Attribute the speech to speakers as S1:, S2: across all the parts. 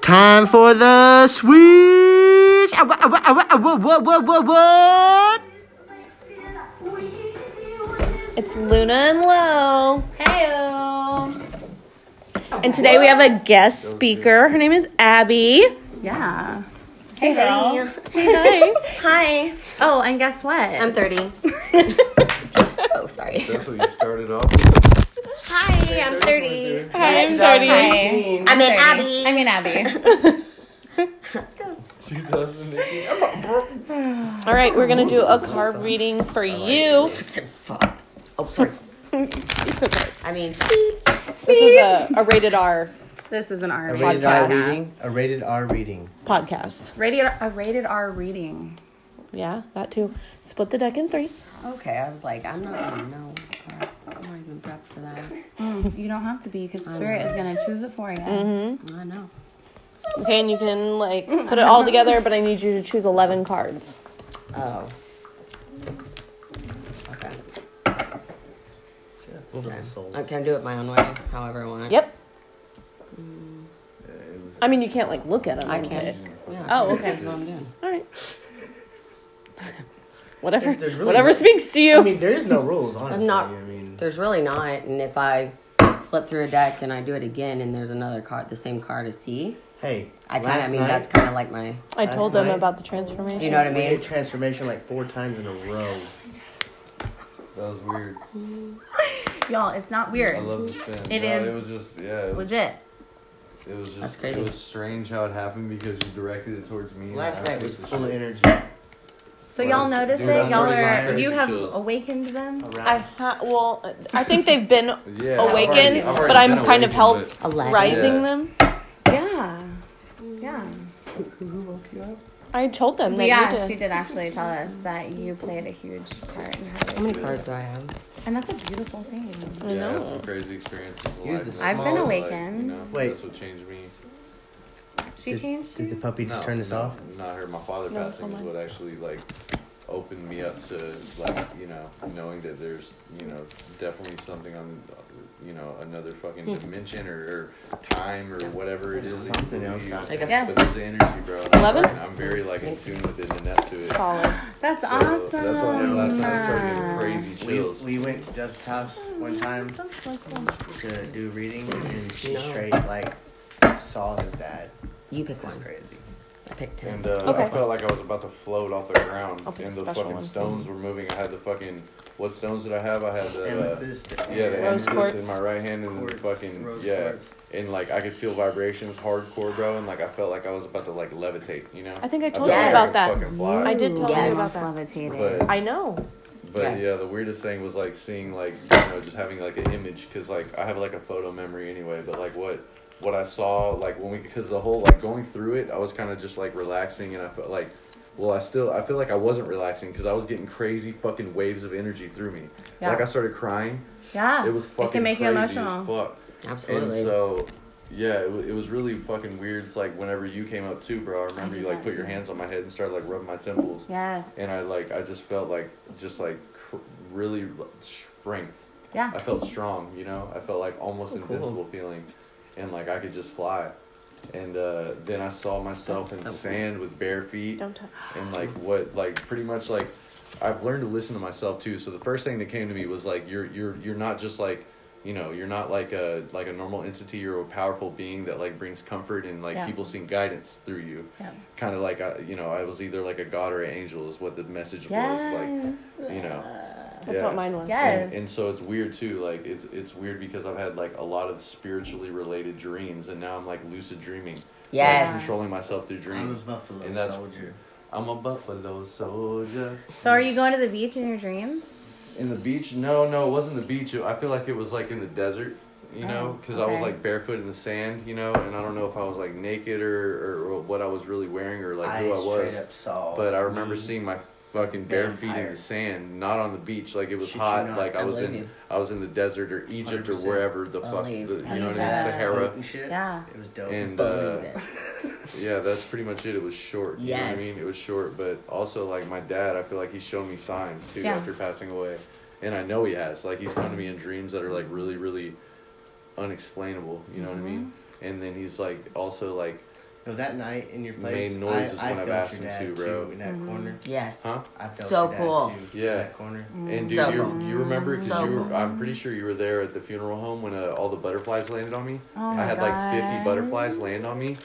S1: time for the switch. Ah, wha- ah, wha- ah, wha- ah, wha- wha- wha- wha- what?
S2: It's Luna and Lo.
S3: Heyo.
S2: And today we have a guest speaker. Her name is Abby.
S3: Yeah.
S2: Hey, girl. Say hi.
S3: Oh, and guess what? I'm
S4: 30.
S3: oh, sorry.
S5: That's what you started off with.
S4: Hi, I'm 30.
S2: hi. Hi, I'm Jody.
S4: I'm an Abby.
S3: I'm in Abby.
S5: 2018.
S2: All right, we're going to do a card reading for you.
S4: Fuck. Oh, sorry.
S2: It's okay.
S4: I mean,
S2: This is a, a rated R
S3: This is an R
S6: A
S3: rated,
S6: rated R
S2: Podcast.
S6: reading. A rated R reading.
S2: podcast.
S3: a rated R reading.
S2: Yeah, that too. Split the deck in three.
S4: okay, I was like, I'm not even know. I'm not even prepped for that.
S3: You don't have to be because spirit is gonna choose it for you.
S7: Mm-hmm.
S4: I know.
S2: Okay, and you can like put it all together, but I need you to choose 11 cards.
S4: Oh. Okay. I can do it my own way, however I want.
S2: Yep. I mean, you can't like look at them.
S4: I
S2: and
S4: can.
S2: pick.
S4: Yeah,
S2: Oh,
S4: I can.
S2: okay.
S4: That's what I'm doing.
S2: All right. Whatever,
S6: There's really
S2: whatever
S6: no-
S2: speaks to you.
S6: I mean, there is no rules, honestly.
S4: not-
S6: I mean,
S4: There's really not, and if I flip through a deck and I do it again, and there's another card, the same card to see,
S6: hey,
S4: I kind
S6: last
S4: of mean
S6: night,
S4: that's kind of like my,
S2: I
S6: Last
S2: told them
S6: night-
S2: about the transformation.
S4: you know what I
S6: we
S4: mean?
S6: did transformation like four times in a row.
S7: That was weird.
S3: Y'all, it's not weird.
S7: I love the spin.
S3: It
S7: No,
S3: is
S7: It was just yeah. It was,
S3: Legit.
S7: it was just.
S4: That's crazy.
S7: It was strange how it happened because you directed it towards me. and
S6: Last
S7: I
S6: night was
S7: took the
S6: full of
S7: shit.
S6: energy.
S3: So
S7: Well,
S3: y'all notice
S7: dude,
S3: that
S7: that's
S3: y'all
S7: already
S3: are
S7: crazy
S3: you have
S7: chills.
S3: awakened them.
S6: Around.
S2: I ha- well, I think they've been
S7: Yeah, I've
S2: awakened,
S7: already- I've already
S2: but I'm
S7: been
S2: kind of
S7: awakened,
S2: helped
S4: Eleven.
S2: rising
S7: Yeah.
S2: them.
S3: Yeah. Yeah.
S2: I told them that you
S3: Yeah,
S2: did.
S3: she did actually tell us that you played a huge part in
S4: How
S3: her.
S4: many cards do I have?
S3: And that's a beautiful thing.
S7: But, yeah, I had some crazy experiences. in
S6: You're
S7: life.
S6: the
S7: I've
S3: I've been awakened.
S7: Like, you know,
S6: Wait.
S7: that's what changed me.
S3: She
S6: Did-
S3: changed
S6: Did the
S3: you?
S6: puppy just turn this
S7: no,
S6: off?
S7: Not her. My father
S2: No, it's
S7: passing is
S2: online.
S7: what actually like opened me up to like you know knowing that there's you know definitely something on you know another fucking dimension or, or time or whatever it is. that you
S6: Something else
S7: believe.
S6: out
S4: Like
S6: there.
S4: a
S3: Yes.
S7: But there's the energy, bro. and I'm
S2: Eleven?
S7: fucking- I'm very like in tune with it and up to it.
S2: Solid.
S3: That's
S7: So,
S3: awesome.
S7: That's why like, last night I started getting crazy
S6: We,
S7: chills.
S6: we went to Dust's house one time to do readings, and she straight like saw his dad.
S4: You pick one.
S6: Crazy.
S4: I picked ten.
S7: And uh,
S2: Okay.
S7: I felt like I was about to float off the ground,
S2: I'll pick
S7: and
S2: a
S7: the
S2: special
S7: fucking
S2: one.
S7: stones were moving. I had the fucking what stones did I have? I
S6: And
S7: had the.
S6: with
S7: Uh,
S6: this,
S7: yeah, the
S2: Rose
S7: amethyst
S2: quartz.
S7: in my right hand and
S6: Quartz,
S7: the fucking
S6: rose
S7: yeah,
S6: quartz.
S7: and like I could feel vibrations hardcore, bro, and like I felt like I was about to like levitate, you know.
S2: I think I
S7: felt
S2: told
S4: you
S7: like
S4: about
S7: could
S2: that.
S7: Fucking fly.
S2: I did tell
S4: Yes.
S2: you about that.
S3: levitating.
S7: But
S2: I know.
S7: But
S4: Yes.
S7: yeah, the weirdest thing was like seeing like you know just having like an image because like I have like a photo memory anyway. But like what what I saw like when we because the whole like going through it, I was kind of just like relaxing and I felt like well I still I feel like I wasn't relaxing because I was getting crazy fucking waves of energy through me.
S3: Yeah.
S7: Like I started crying.
S3: Yeah.
S7: It was fucking
S3: It can make
S7: crazy
S3: you emotional.
S7: as fuck.
S4: Absolutely.
S7: And so. Yeah, it, wa- it was really fucking weird. It's like whenever you came up too, bro. I remember
S3: did
S7: you
S3: that
S7: like put
S3: too.
S7: your hands on my head and started like rubbing my temples
S3: Yes.
S7: and I like I just felt like just like cr- really like, strength.
S3: Yeah.
S7: I felt strong, you know. I felt like almost
S4: Oh,
S7: invincible feeling, and like I could just fly. And uh, then I saw myself
S4: That's so
S7: in
S4: cool.
S7: sand with bare feet,
S2: Don't touch.
S7: and like what like pretty much like I've learned to listen to myself too. So the first thing that came to me was like you're you're you're not just like you know you're not like a like a normal entity. You're a powerful being that like brings comfort and like
S3: Yeah.
S7: people seeing guidance through you
S3: Yeah.
S7: kind of like I, you know, I was either like a god or an angel is what the message
S3: Yes.
S7: was like, you know.
S2: That's
S7: Yeah.
S2: what mine was.
S3: Yeah.
S7: And, and so it's weird too. Like it's it's weird because I've had like a lot of spiritually related dreams, and now I'm like lucid dreaming. Like,
S4: Yes.
S7: controlling myself through
S6: I was
S7: dreams.
S6: Buffalo
S7: And that's-
S6: Soldier.
S7: I'm a buffalo soldier.
S3: So are you going to the beach in your dreams?
S7: In the beach? No, no, it wasn't the beach. I feel like it was like in the desert, you know,
S3: Oh,
S7: because I was
S3: okay.
S7: like barefoot in the sand, you know, and I don't know if I was like naked or, or what I was really wearing or like
S6: I
S7: who I was.
S6: straight up saw.
S7: But I remember
S6: me.
S7: seeing my fucking bare feet in
S6: Vampire.
S7: the sand, not on the beach. Like it was
S6: Shit you
S7: hot.
S6: not.
S7: Like I
S4: I
S7: was
S4: believe
S7: in,
S4: you.
S7: I was in the desert or Egypt or
S6: 100%
S7: wherever the fuck, the, you
S4: believe.
S7: know what I mean,
S3: Yeah.
S7: Sahara.
S6: and shit.
S3: Yeah.
S6: It was dope.
S7: And uh,
S4: Believe it.
S7: yeah, that's pretty much it. It was short. You know what
S4: Yes.
S7: I mean? It was short, but also like my dad, I feel like he's shown me signs too
S3: Yeah.
S7: after passing away, and I know he has. Like he's come to me in dreams that are like really, really unexplainable. You know what I mean? And then he's like also like
S6: of that night in your
S7: Made
S6: place,
S7: noises
S6: I, I
S7: when I've
S6: felt
S7: asked
S6: your
S7: him
S6: dad
S7: to, bro.
S6: too in that corner.
S4: Yes.
S7: Huh?
S6: I felt
S4: So
S6: your dad
S4: cool.
S6: too
S7: Yeah.
S6: in that corner.
S7: And do
S4: So
S7: you
S4: cool.
S7: you remember? Because
S4: So
S7: you, were,
S4: cool.
S7: I'm pretty sure you were there at the funeral home when uh, all the butterflies landed on me.
S2: Oh my
S7: I had
S2: God.
S7: like 50 butterflies land on me.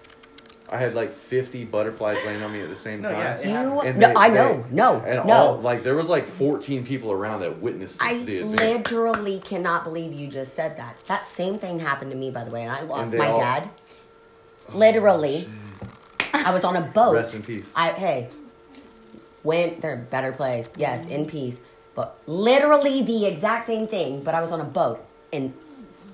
S7: I had like 50 butterflies land on me at the same
S6: No,
S7: time.
S6: yeah, it
S4: You-
S6: happened.
S7: And
S4: no,
S7: they-
S4: I
S7: they-
S4: know. No,
S7: And
S4: no.
S7: all like there was like 14 people around that witnessed
S4: I
S7: the event.
S4: literally cannot believe you just said that. That same thing happened to me, by the way, and I lost
S7: they
S4: my
S7: all- Oh,
S4: dad. Literally, I was on a boat.
S7: Rest in peace.
S4: I hey, went there better place. Yes, in peace. But literally the exact same thing. But I was on a boat, and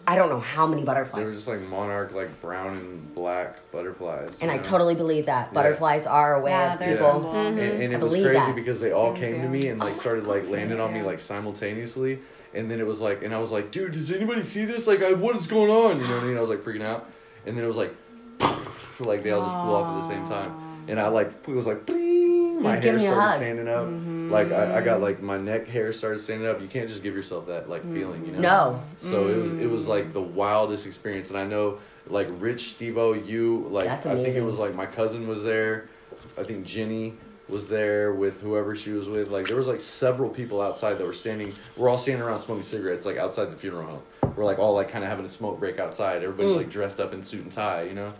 S4: I don't know how many
S7: They
S4: butterflies.
S7: were just like monarch, like brown and black butterflies.
S4: and
S7: you
S4: I
S7: know?
S4: totally believe that butterflies are a way
S3: Yeah,
S4: of
S3: they're
S7: Yeah.
S4: people.
S7: And, and
S4: I
S7: it was
S4: believe
S7: crazy
S4: that.
S7: because they all
S3: Mm-hmm. Same
S7: came to
S3: here.
S7: me and like started like landing on me
S3: yeah.
S7: like simultaneously. And then it was like, and I was like, dude, does anybody see this? Like, I, what is going on? You know what I mean? I was like freaking out. And then it was like, like they all just flew off at the same time. And I like, it was like, bling. My
S4: He's
S7: hair
S4: giving you a
S7: started
S4: hug.
S7: standing up.
S3: Mm-hmm.
S7: Like, I, I got like, my neck hair started standing up. You can't just give yourself that like feeling, you know?
S4: No,
S7: So it was it was like the wildest experience, and I know like Rich Stevo, you like
S4: That's
S7: I think it
S4: amazing.
S7: was like my cousin was there, I think Jenny was there with whoever she was with. Like there was like several people outside that were standing. We're all standing around smoking cigarettes like outside the funeral home. We're like all like kind of having a smoke break outside.
S4: Hmm.
S7: Everybody's like dressed up in suit and tie, you know.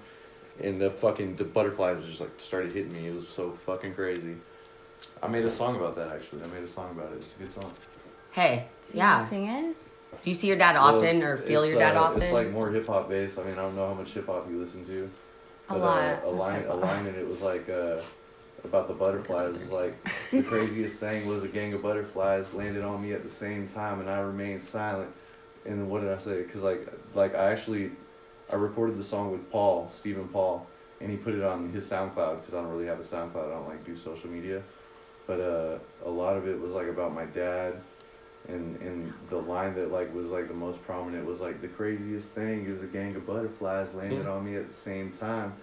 S7: And the fucking the butterflies just like started hitting me. It was so fucking crazy. I made a song about that actually. I made a song about it. It's a good song.
S4: hey,
S3: Did
S4: yeah.
S3: you sing it?
S4: Do you see your dad
S7: Well,
S4: often,
S7: it's-
S4: or feel
S7: it's,
S4: your dad
S7: uh,
S4: often?
S7: It's like more hip hop based. I mean, I don't know how much hip hop you listen to.
S3: A
S7: But,
S3: lot.
S7: Uh, a line, a line, and it was like uh, about the butterflies. It was like the craziest thing was a gang of butterflies landed on me at the same time, and I remained silent. And what did I say? Because like, like I actually, I recorded the song with Paul, Stephen Paul, and he put it on his SoundCloud because I don't really have a SoundCloud. I don't like do social media, but uh, a lot of it was like about my dad. And, and the line that like was like the most prominent was like the craziest thing is a gang of butterflies landed on me at the same time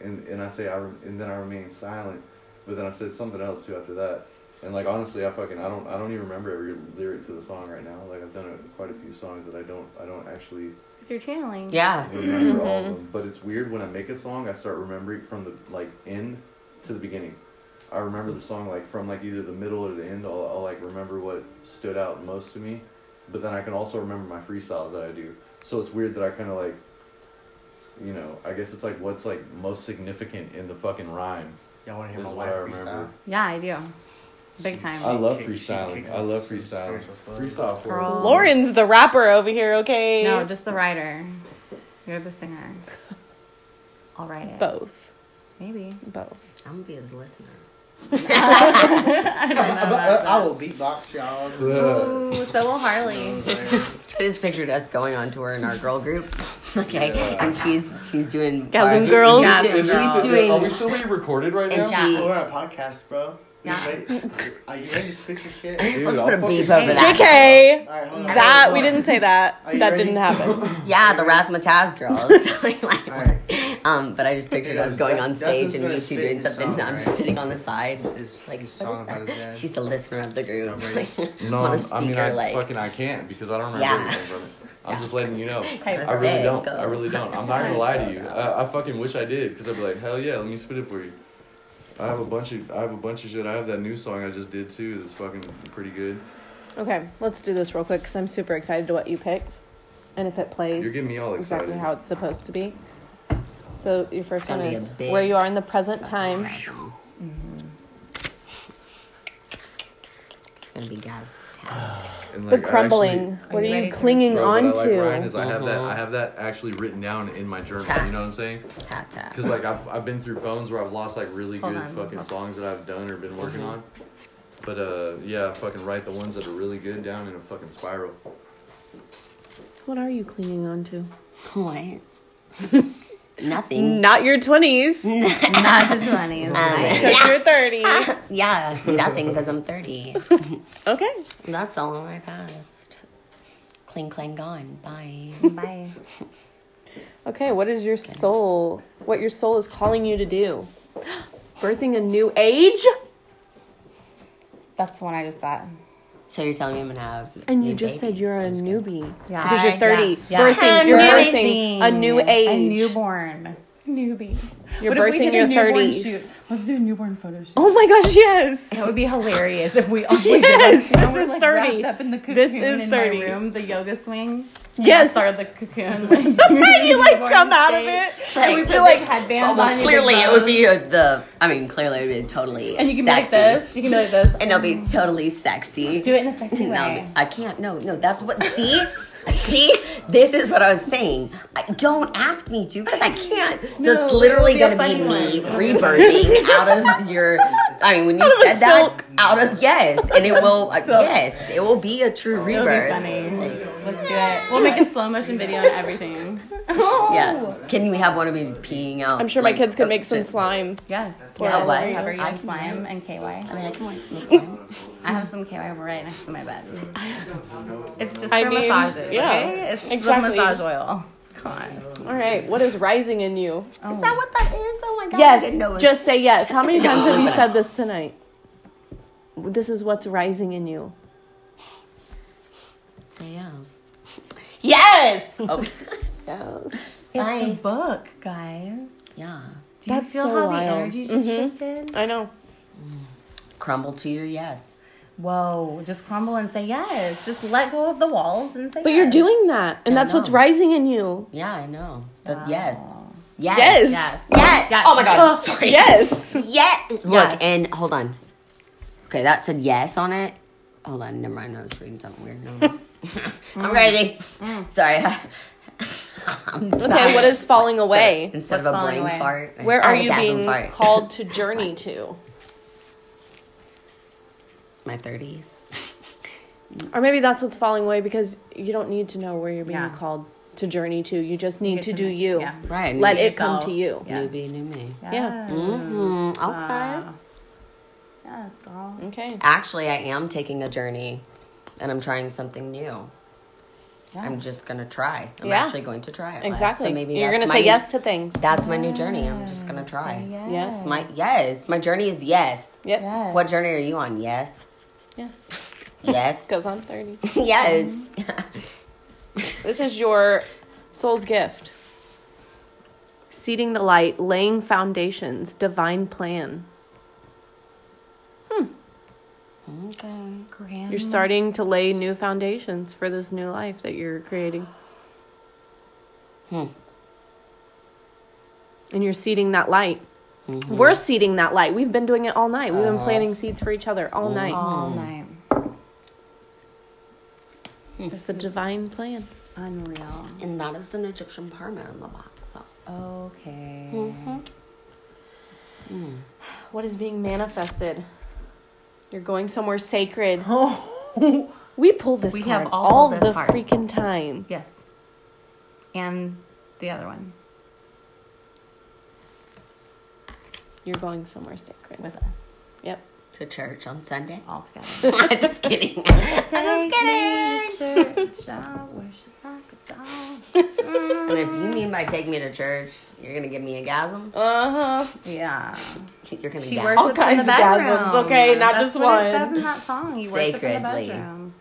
S7: and and I say I re- and then I remained silent, but then I said something else too after that, and like honestly, I fucking I don't I don't even remember every lyric to the song right now. Like I've done a, quite a few songs that I don't I don't actually
S3: Because you're channeling.
S4: yeah,
S7: remember all of them. But it's weird when I make a song, I start remembering from the like end to the beginning. I remember the song like from like either the middle or the end. I'll, I'll like remember what stood out most to me, but then I can also remember my freestyles that I do. So it's weird that I kind of like, you know, I guess it's like what's like most significant in the fucking rhyme.
S6: Y'all want to hear
S7: This
S6: my
S7: is
S6: wife
S7: what I
S6: freestyle?
S7: remember.
S3: Yeah, I do. Big time.
S2: Uh,
S7: I love
S6: kick- she
S7: freestyling.
S6: kicks
S7: I love
S6: some
S7: freestyling.
S6: spiritual flow.
S7: Freestyle for
S3: Girl.
S7: us.
S2: Lauren's the rapper over here, okay?
S3: No, just the writer. You're the singer. I'll write it.
S2: both.
S3: Maybe.
S2: Both.
S4: I'm gonna be the listener.
S3: I don't know
S6: Uh,
S3: about
S6: I will beatbox y'all.
S7: Yeah.
S3: Ooh, so will Harley.
S4: I just pictured us going on tour in our girl group. Okay,
S7: Yeah.
S4: and she's she's doing
S2: Guys and
S4: she's
S2: girls.
S4: do-
S2: Guys
S4: She's,
S6: girls.
S7: Are we
S4: doing.
S7: still being recorded right
S4: And
S7: now?
S4: she-
S6: We're on a podcast, bro. You
S3: Yeah.
S6: ready? Are you ready to picture shit?
S7: Dude,
S4: Let's
S7: I'll
S4: put a
S7: fucking
S4: beep over that.
S2: JK!
S6: All right, hold on.
S2: That,
S6: Hold
S2: we
S6: on.
S2: didn't say that.
S6: Are you
S2: That
S6: ready?
S2: didn't happen.
S4: Yeah, the razzmatazz girl. It's totally like-
S6: Alright.
S4: um, but I just pictured
S6: Yeah,
S4: us going on
S6: Dustin's
S4: stage and
S6: gonna
S4: you two
S6: spit
S4: doing
S6: his
S4: something.
S6: song,
S4: and I'm just
S6: right?
S4: sitting on the side.
S6: His, his
S4: Like, what is
S6: song about his dad.
S4: She's the listener of the group.
S6: Yeah,
S4: Like,
S7: No,
S4: on a
S7: I'm-
S4: speaker,
S7: I mean, I
S4: like
S7: fucking I can't because I don't remember
S4: Yeah.
S7: anything from it. I'm just letting you know.
S4: Type
S7: I really
S4: sick.
S7: don't. I really don't. I'm not gonna lie to you. I, I fucking wish I did because I'd be like, hell yeah, let me spit it for you. I have a bunch of I have a bunch of shit. I have that new song I just did too. That's fucking pretty good.
S2: Okay, let's do this real quick because I'm super excited to what you pick and if it plays.
S7: You're getting me all excited.
S2: exactly how it's supposed to be. So your first one
S4: gonna be
S2: is
S4: a big
S2: where you are in the present time.
S4: it's gonna be gas. tastic.
S7: And,
S2: The
S7: like, I
S2: crumbling.
S7: actually-
S2: what
S3: you
S2: are
S3: ready
S2: you
S3: to-
S2: clinging
S7: Bro,
S2: on
S7: what I like, Ryan, is
S2: to? Uh-huh.
S7: I have that I have that actually written down in my journal. You know what I'm saying?
S4: Tap tap.
S7: Because like I've, I've been through phones where I've lost like really
S3: Hold
S7: good
S3: on.
S7: fucking songs that I've done or been working on. But uh yeah, I fucking write the ones that are really good down in a fucking spiral.
S2: What are you clinging on to?
S4: What? Nothing.
S2: Not your 20s.
S3: Not the 20s.
S4: Um,
S2: Because you're 30.
S4: yeah, nothing because I'm 30.
S2: Okay.
S4: That's all in my past. Cling, clang, gone. Bye.
S3: Bye.
S2: Okay, what is your soul? What your soul is calling you to do? Birthing a new age?
S3: That's the one I just got.
S4: So you're telling me I'm gonna have.
S2: And
S4: new
S2: you just said
S4: babies.
S2: you're a
S4: I'm just
S2: newbie.
S3: Yeah.
S2: Because you're
S4: I-
S2: 30.
S3: yeah, yeah.
S2: Birthing, you're
S3: New
S2: birthing a new
S3: A
S2: age.
S3: newborn. newbie.
S2: You're
S3: What if we
S2: birthing
S3: did a
S2: your
S3: newborn
S2: 30s.
S3: shoot? Let's do a newborn photo shoot.
S2: Oh my gosh, yes.
S3: That would be hilarious if we all did
S2: Yes,
S3: that.
S2: this
S3: we're
S2: is
S3: like
S2: 30.
S3: wrapped up in the cocoon
S2: This is
S3: in
S2: 30.
S3: my room, the yoga swing.
S2: Yes.
S3: Or the cocoon. Like,
S2: And you like
S3: newborn
S2: come out of
S3: stage.
S2: it. And we
S4: Like-
S2: feel like
S3: Headbands
S4: Oh,
S3: on
S4: well,
S3: you,
S4: clearly
S3: big
S4: it would
S3: bows.
S4: be uh, the. I mean, clearly it would be totally.
S3: And you can be like
S4: sexy.
S3: this. You can be like this.
S4: And it'll be totally sexy.
S3: do it in a sexy
S4: No,
S3: way.
S4: I can't. No, no. That's what. See, see. This is what I was saying. I, don't ask me to because I can't. So
S2: No,
S4: it's literally
S3: it'll be a
S4: gonna be me
S3: funny
S4: rebirthing out of your. I mean, when you
S2: Out of a
S4: said that,
S2: silk.
S4: out of yes, and it will. Uh,
S3: Silk.
S4: yes, it will be a true
S3: It'll be
S4: rebirth.
S3: funny. Let's do it. We'll make a slow motion video on everything.
S4: Yeah. Can we have one of me peeing out?
S2: Oh. I'm sure my
S4: like,
S2: kids could make some
S4: upset?
S2: slime.
S3: Yes.
S4: Oh, what?
S3: Have her
S4: I
S3: use
S4: can
S3: slime and KY.
S4: I mean, I can like, make slime.
S3: I have some KY right next to my bed. It's just
S2: I
S3: for
S2: mean,
S3: massages,
S2: yeah,
S3: okay? It's
S2: exactly.
S3: the massage oil. God.
S2: All right, what is rising in you?
S3: Oh.
S4: Is that what that is? Oh my god! I didn't know
S2: Yes,
S4: it was-
S2: just say yes. How many times have you
S4: No.
S2: said this tonight? This is what's rising in you.
S4: say yes. Yes.
S2: Yes.
S4: Oh,
S3: It's a
S4: Bye.
S3: book, guys.
S4: Yeah.
S3: Do you
S2: That's
S3: feel
S2: so
S3: how
S2: wild.
S3: the energy just shifted?
S2: I know.
S4: Crumble to your yes.
S3: Whoa, just crumble and say yes. Just let go of the walls and say
S2: But
S3: yes.
S2: you're doing that, and
S4: I
S2: that's what's
S4: know.
S2: rising in you.
S4: Yeah, I know. The, Yes. Yes.
S2: Yes.
S4: Yes.
S3: Yes.
S4: Oh my god.
S3: Oh,
S4: Sorry.
S2: Yes.
S4: Yes. Look,
S3: Yes.
S4: and hold on. Okay, that said yes on it. Hold on, never mind. I was reading something weird. Never mind. I'm crazy. Sorry.
S2: Okay, what is falling away?
S4: Instead of
S3: What's
S4: a
S3: falling
S4: brain
S3: away?
S4: fart, an
S2: Where are you
S4: orgasm
S2: being
S4: fart.
S2: called to journey to?
S4: My 30s.
S2: Or maybe that's what's falling away because you don't need to know where you're being
S3: Yeah.
S2: called to journey to. You just need
S3: Get
S2: to
S3: to
S2: do
S3: know-
S2: you.
S3: yeah.
S4: Right.
S2: Let
S4: new-
S2: it come
S3: Yourself.
S2: to you.
S3: Yeah.
S4: New be new me.
S2: Yeah. Ah.
S4: Mm, okay.
S3: Wow. Yes, girl.
S2: Okay.
S4: Actually, I am taking a journey, and I'm trying something new.
S3: Yeah.
S4: I'm just gonna try. I'm
S2: Yeah.
S4: actually going to try it. Les.
S2: Exactly.
S4: So maybe
S2: You're
S4: that's
S2: going to
S4: my
S2: say
S4: new-
S2: yes to things.
S4: That's my new journey. I'm just gonna try.
S3: Say yes.
S2: Yes.
S4: My yes. My journey is yes.
S2: Yep.
S3: Yes.
S4: What journey are you on? Yes.
S2: Yes.
S4: Yes.
S2: Goes on 30.
S4: yes.
S2: This is your soul's gift. Seeding the light, laying foundations, divine plan.
S4: okay.
S3: Grand.
S2: You're starting to lay new foundations for this new life that you're creating.
S4: Hmm.
S2: And you're seeding that light. We're seeding that light. We've been doing it all night. We've been planting seeds for each other all night.
S4: Hmm.
S3: all night.
S2: It's the divine plan.
S3: Unreal.
S4: And that is an Egyptian partner in the box. So.
S3: Okay.
S2: Mm-hmm. What is being manifested? You're going somewhere sacred. we pull this
S3: We
S2: card
S3: have all this
S2: the
S3: card.
S2: freaking time.
S3: Yes. And the other one
S2: You're going somewhere sacred.
S3: with us
S2: Yep.
S4: To church on Sunday.
S3: all together.
S4: just kidding. I'm just
S3: Take
S4: kidding.
S3: me to church, I worship like a dog.
S4: And if you mean by take me to church, you're gonna give me a gasm.
S2: Uh huh.
S3: Yeah.
S4: You're gonna
S3: She
S4: gasm.
S3: worships
S2: All kinds
S3: in
S2: of
S3: the
S2: gasms,
S3: bedroom.
S2: okay? Not
S3: That's
S2: just
S3: what It
S2: one.
S3: says in that song. You worship in
S4: Sacredly.
S3: the bedroom.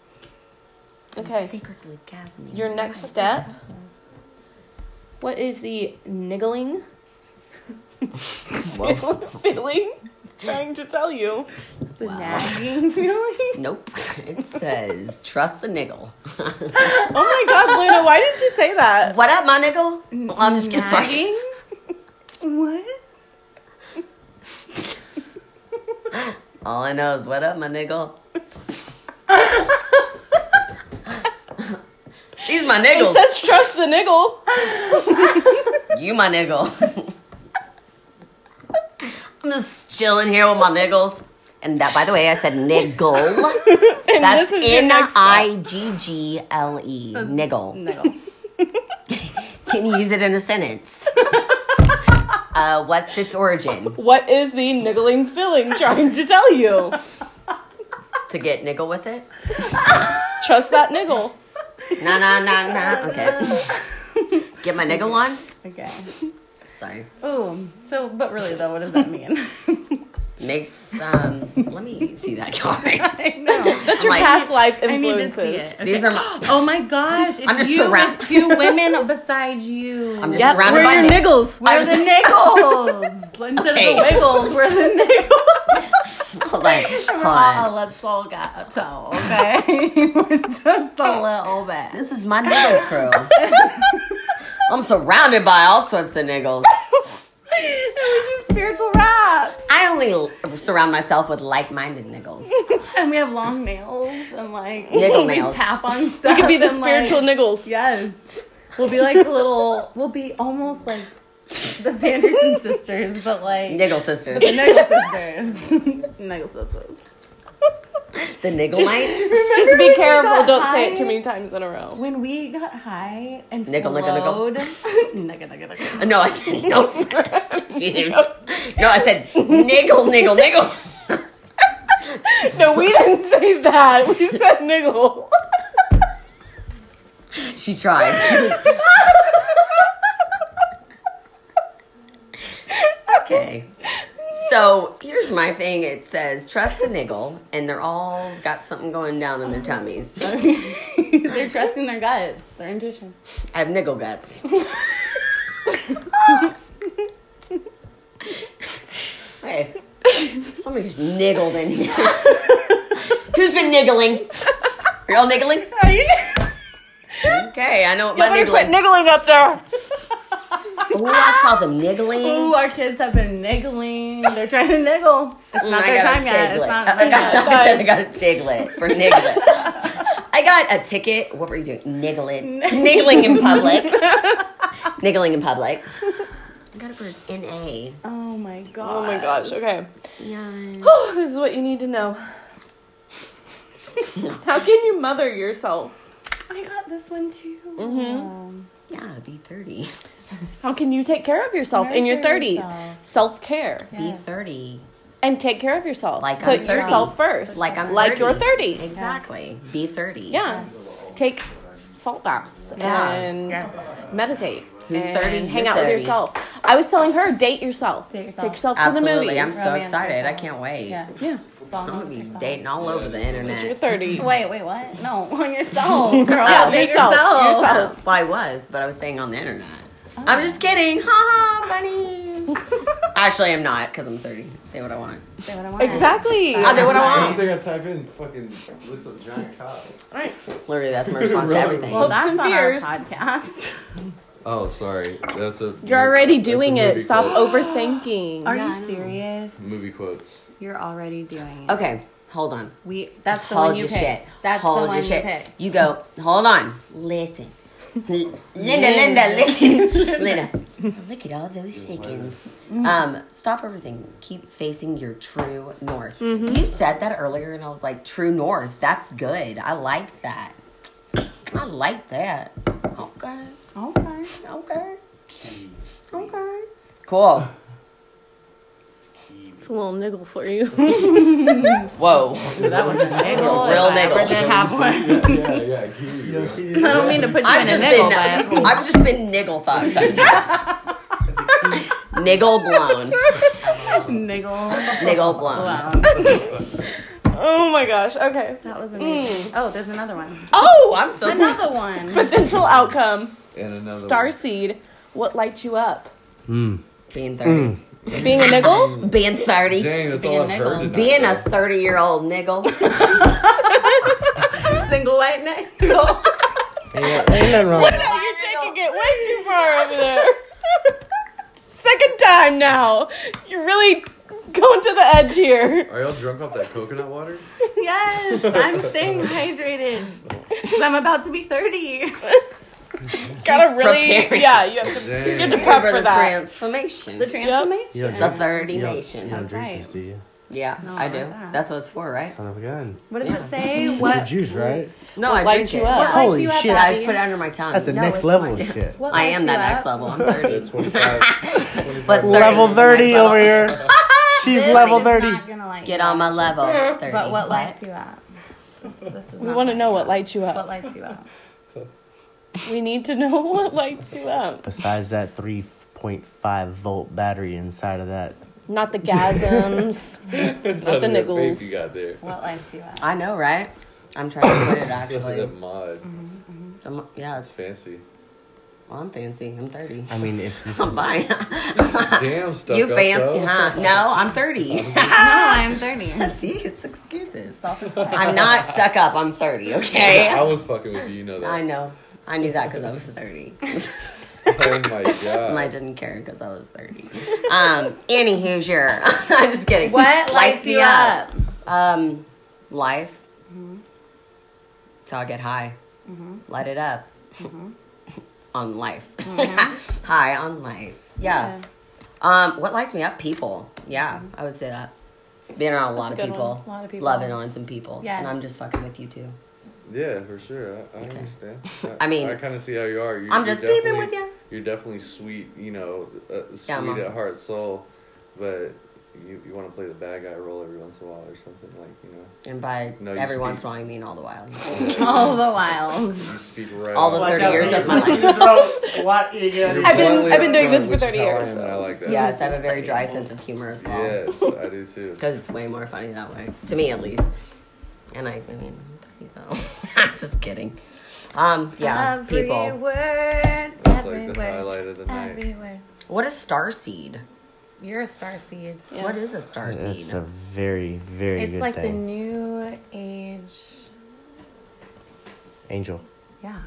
S2: Okay.
S4: Secretly gasming.
S2: Your next step. What is the niggling feeling trying to tell you?
S3: The nagging feeling.
S4: Nope. It says trust the niggle.
S2: Oh my god, Luna, why did you say that?
S4: What up, my niggle? Well, I'm just kidding. Sorry.
S3: Nagging. what?
S4: All I know is what up, my niggle. These my
S2: It
S4: niggles.
S2: says trust the niggle.
S4: you my niggle. I'm just chilling here with my niggles. And that, by the way, I said niggle.
S2: And
S4: That's
S2: this is your
S4: N
S2: next step.
S4: I G G L E. Niggle.
S3: Niggle.
S4: Can you use it in a sentence? uh, what's its origin?
S2: What is the niggling feeling trying to tell you?
S4: To get niggle with it?
S2: Trust that niggle.
S4: Nah, nah, nah, nah. Okay. Get my niggle on?
S3: Okay.
S4: Sorry.
S3: Ooh. So, but really though, what does that mean?
S4: Next, um, let me see that card.
S3: I know.
S2: That's your
S4: Like-
S2: past life
S3: I need to
S2: influences.
S3: see it. Okay.
S4: These are my.
S3: Oh my gosh! If
S4: I'm just
S3: you
S4: surround-
S3: with two women beside you.
S4: I'm just
S2: Yep,
S4: surrounded
S2: where
S4: by
S2: are your
S4: nick-
S2: niggles?
S4: I
S3: We're
S4: was-
S3: the niggles instead
S4: Okay.
S3: of the wiggles. We're the niggles.
S4: like,
S3: We're
S4: hon,
S3: all a little gato, okay? We're just a little bit.
S4: this is my niggle crew. I'm surrounded by all sorts of niggles.
S3: we do spiritual raps,
S4: I only surround myself with like-minded niggles.
S3: and we have long nails, and like
S4: Niggle
S3: we
S4: nails.
S3: tap on stuff.
S2: We could be the
S3: and, like,
S2: spiritual niggles.
S3: Yes, we'll be like little. We'll be almost like the Sanderson sisters, but like
S4: Niggle sisters.
S3: Niggle sisters. Niggle sisters.
S4: The niggle lights.
S2: Just be careful.
S3: got
S2: Don't say it
S3: high?
S2: too many times in a row.
S3: When we got high and
S4: Niggle, niggle, niggle.
S3: flowed, nigga, nigga, nigga.
S4: No, I said no. She didn't- no, I said niggle, niggle, niggle.
S2: No, we didn't say that. We said niggle.
S4: She tried. She was- okay. So here's my thing. It says trust the niggle, and they're all got something going down in their tummies.
S3: They're trusting their guts, their intuition.
S4: I have niggle guts. hey, somebody just niggled in here. Who's been niggling? Are y'all niggling?
S2: Are you?
S4: Okay, I know what my
S2: Better quit
S4: niggling.
S2: niggling up there.
S4: Ooh, I saw them niggling.
S3: Ooh, our kids have been niggling. They're trying to niggle. It's
S4: Mm,
S3: not
S4: I
S3: their
S4: got
S3: time
S4: a
S3: yet.
S4: tiglet.
S3: It's not
S4: I,
S3: time
S4: got,
S3: yet.
S4: I said I got a tiglet for nigglet. I got a ticket. What were you doing? Niggling. Niggling in public. Niggling in public. I got it for an NA.
S3: Oh my god.
S2: Oh my gosh. Okay.
S4: Yeah.
S2: Oh, this is what you need to know. How can you mother yourself?
S3: I got this one too. Um,
S4: Yeah, be 30.
S2: How can you take care of yourself in your
S3: Nurture
S2: 30s?
S3: yourself.
S2: Self care.
S4: Be
S3: Yes.
S4: 30.
S2: And take care of yourself.
S4: Like
S2: Put
S4: I'm 30.
S2: yourself first.
S4: Like I'm 30.
S2: Like you're 30.
S4: Exactly. Be 30.
S2: Yeah. Take salt baths
S4: Yeah.
S2: and
S3: Yeah.
S2: meditate.
S4: Who's
S2: and
S4: 30?
S2: Hang
S4: You're
S2: out
S4: 30.
S2: with yourself. I was telling her, date yourself.
S3: Date yourself.
S2: Take yourself to the
S4: Absolutely. I'm
S2: movies.
S4: so
S3: Romance
S4: excited. I
S3: yourself.
S4: can't wait.
S3: Yeah.
S2: yeah.
S3: Fall in
S4: I'm
S3: love
S4: going
S3: with
S4: to be
S3: yourself.
S4: dating all over the
S2: You're
S4: internet.
S2: 30.
S3: Wait, wait, what? No, on yourself, girl.
S4: Yeah,
S3: Date
S2: yourself, yourself.
S4: Oh, well, I was, but I was staying on the internet. I'm
S3: Oh.
S4: just kidding. Ha ha, bunnies. Actually, I'm not because I'm 30. Say what I want.
S3: Say what I want.
S2: Exactly.
S4: I'll do what I
S5: I don't
S4: want.
S5: think I type in fucking looks like giant cock.
S4: Literally, that's my response to everything.
S3: Well,
S2: Hopes
S3: that's
S2: and
S3: not our
S2: fears.
S3: podcast.
S7: Oh, sorry. That's a.
S2: You're already doing it. Stop
S7: over.
S2: overthinking.
S3: Are you serious?
S7: Movie quotes.
S3: You're already doing it.
S4: Okay, hold on.
S3: We that's the
S4: hold
S3: one you
S4: your
S3: pick.
S4: shit.
S3: That's
S4: hold
S3: the one
S4: your shit.
S3: you pick.
S4: You go. Hold on. Listen, L- Linda, Linda, listen, Linda. Look at all those chickens.
S3: Mm-hmm.
S4: Um, stop everything. Keep facing your true north.
S3: Mm-hmm.
S4: You said that earlier, and I was like, "True north. That's good. I like that. I like that. Okay,
S3: Okay.
S4: okay, okay. Cool.
S2: It's a little niggle for you.
S4: Whoa.
S3: That was a niggle.
S4: Real
S3: if I ever
S4: niggle.
S3: did have one.
S5: Yeah, yeah, yeah. Give you.
S3: I don't mean to put you
S4: I've
S3: in a
S4: just
S3: niggle,
S4: been
S3: but
S4: I've just been niggle fucked. niggle blown.
S3: niggle.
S4: Niggle blown.
S3: Blown.
S2: oh my gosh. Okay.
S3: That was amazing. Oh, there's another one.
S4: Oh, I'm so
S3: Another one.
S2: Potential outcome.
S7: And another. one.
S2: Starseed. What lights you up?
S4: being 30.
S2: Being a niggle?
S4: Being 30.
S7: Dang, that's
S3: Being
S7: all I've
S3: niggle.
S7: heard. tonight,
S4: Being a
S7: though.
S4: 30 year old niggle.
S3: Single white niggle.
S2: No, you're taking it way too far over there. Second time now. You're really going to the edge here.
S7: Are y'all drunk off that coconut water?
S3: Yes, I'm staying hydrated. 'Cause I'm about to be 30.
S2: Gotta really,
S4: preparing.
S2: yeah. You have to, you
S7: Dang.
S2: have to prep
S4: Remember
S2: for
S4: the
S2: that.
S4: transformation.
S3: The
S4: The,
S3: transformation.
S8: You don't drink,
S4: 30
S8: you don't-
S4: nation.
S8: You don't
S3: That's
S8: drink
S3: right.
S8: this, do you?
S4: yeah,
S3: No,
S4: I
S3: I
S4: do.
S3: like that.
S4: That's what it's for, right?
S8: Son of a gun.
S3: What does it say? What?
S8: The juice, right?
S4: No,
S2: What
S4: I
S2: lights
S4: drink
S2: you
S4: it.
S2: up?
S4: What-
S8: Holy
S3: you up,
S8: shit.
S4: I just
S3: Abby?
S4: put it under my tongue.
S8: That's the
S4: No,
S8: next
S4: it's
S8: level
S4: fine.
S8: shit.
S3: What
S4: I
S3: lights
S4: am
S3: you
S4: that next
S3: up?
S4: level. I'm 30.
S7: That's 25.
S4: But 30
S8: level
S4: is the
S8: 30
S4: next level.
S8: over here. She's
S3: This
S8: level
S3: is
S8: 30.
S3: not gonna like
S4: Get
S3: you
S4: on my
S3: up.
S4: level. 30.
S3: But what lights you up? This, this is
S2: We
S3: not
S2: want to
S3: lighting
S2: know
S3: up.
S2: what lights you
S3: What
S2: up.
S3: lights you up?
S2: We need to know what lights you up.
S8: Besides that 3.5 volt battery inside of that
S2: Not the gasms.
S7: it's
S2: Not the
S7: under your
S2: niggles.
S7: face you got there.
S3: What life do you have?
S4: I know, right? I'm trying to put it
S7: the
S4: actually.
S7: mod.
S4: The mo- yeah, it's,
S7: Fancy.
S4: well, I'm fancy. I'm 30.
S6: I mean, if this
S4: I'm
S6: is
S4: fine.
S7: Damn stuff.
S4: you fancy, huh? No, I'm 30.
S3: No, Ah, I'm 30.
S4: See, it's excuses. I'm not stuck up. I'm 30, okay?
S7: I was fucking with you, you know that.
S4: I know. I knew that because I was 30.
S7: Oh my god.
S4: And I didn't care because I was 30. Um, Annie Hoosier. I'm just kidding.
S3: What lights you up?
S4: Um, life.
S2: Mm-hmm.
S4: So I'll get high. Light it up.
S2: Mm-hmm.
S4: on life. high on life. Yeah. Um, what lights me up? People. Yeah, I would say that. Being around a lot,
S2: Mm-hmm. a
S4: of
S2: good
S4: people,
S2: one. Lot of people.
S4: loving on some people,
S3: Yes.
S4: and I'm just fucking with you too.
S7: Yeah, for sure. I, I understand.
S4: I mean,
S7: I kind of see how you are. You,
S4: I'm
S7: you're
S4: just beeping with
S7: definitely-
S4: you.
S7: You're definitely sweet, you know, uh, sweet
S4: Yeah, I'm
S7: at
S4: awesome.
S7: heart, soul, but you you want to play the bad guy role every once in a while or something like you know.
S4: And by
S7: No, you
S4: every once in
S7: speak.
S4: a while, I mean all the while.
S3: All the wiles.
S7: You speak right.
S4: All the
S7: off.
S4: 30 years of my life.
S6: life. What you gonna
S2: I've been-
S7: Bluntly
S2: I've been doing
S7: upfront,
S2: this for
S7: which is
S2: 30
S7: how I
S2: years,
S7: am, and I like that.
S4: Yes, I have a very dry sense of humor as well.
S7: Yes, I do too.
S4: Because it's way more funny that way, to me at least. And I, I mean, so I'm just kidding. Um, yeah,
S3: Every
S4: people.
S3: word,
S7: That's like the
S3: everywhere,
S7: highlight of the night.
S3: everywhere.
S4: What is starseed?
S3: You're a star seed.
S2: Yeah.
S4: What is a starseed?
S6: That's a very, very
S3: It's
S6: good
S3: like the
S6: thing.
S3: new age.
S6: angel.
S3: Yeah.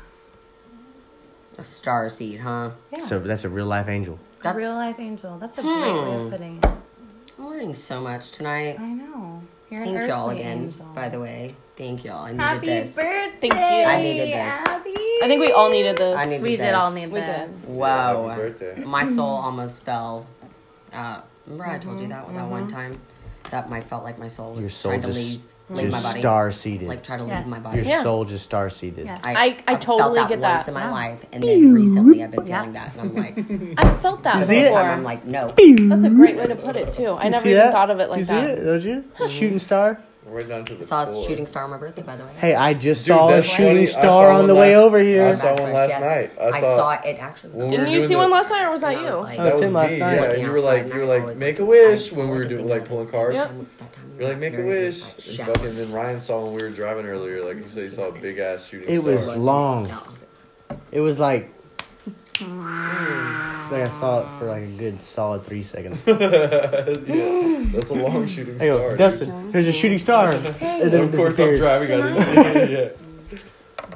S4: a starseed, huh?
S3: Yeah.
S6: So that's a real life angel.
S4: That's,
S3: real life angel. That's a great way
S4: Hmm.
S3: of putting it.
S4: I'm learning so much tonight.
S3: I know. You're an
S4: Thank
S3: earthly
S4: y'all again,
S3: angel.
S4: by the way. Thank y'all. I needed
S3: Happy
S4: this.
S3: birthday.
S2: Thank you.
S4: I needed this.
S3: Abby.
S2: I think we all needed this.
S4: I needed
S3: we
S4: this.
S3: did all need
S2: We
S3: this.
S2: did.
S4: Wow.
S7: Happy birthday.
S4: my soul almost fell. Uh, remember I told you that that one time that my felt like my soul was
S6: Your soul
S4: trying to
S6: just,
S4: leave, leave my
S6: just
S4: body,
S6: star seated.
S4: like try to
S3: Yes.
S4: leave my body.
S6: Your
S2: Yeah.
S6: soul just star seated.
S3: Yes.
S2: I- I totally
S4: felt that
S2: get that.
S4: once in my life, and then recently I've been
S3: Yeah.
S4: feeling that, and I'm like, the
S2: I felt that
S6: You
S2: before.
S6: see it?
S4: first time I'm like, no,
S2: That's a great way to put it too. I never even thought of it like
S6: you
S2: that.
S6: see it? Don't you? Shooting star.
S7: Right down to the
S4: saw a
S7: core.
S4: shooting star on my birthday, by the way.
S6: Hey, I just
S7: Dude,
S6: saw a
S7: that's funny.
S6: shooting
S7: I
S6: star
S7: saw
S6: on
S7: one
S6: the way
S7: last-
S6: over
S7: I
S6: here.
S7: saw one last night. I
S4: I
S7: saw-
S4: saw it actually. was
S7: when
S4: on
S7: we
S2: Didn't
S7: were
S2: you
S7: doing
S2: see
S7: the-
S2: one last night, or was that
S4: Instagram, and I
S2: you?
S4: was like-
S6: That was
S7: That was
S6: him last
S7: me.
S6: night.
S7: Yeah, you were like, you were like, make a wish when we were doing like pulling cards.
S2: Yep.
S7: You're like, make a wish. And fucking then Ryan saw when we were driving earlier. Like you said, he saw a big ass shooting.
S6: It was
S7: star.
S6: long. It was like.
S3: Mm.
S6: It's like I saw it for like a good solid three seconds.
S7: yeah, that's a long shooting
S6: I
S7: star.
S6: go,
S7: dude.
S6: Dustin, there's a shooting star. And then it
S7: Of course, I'm
S6: disappeared.
S7: driving. I didn't see it.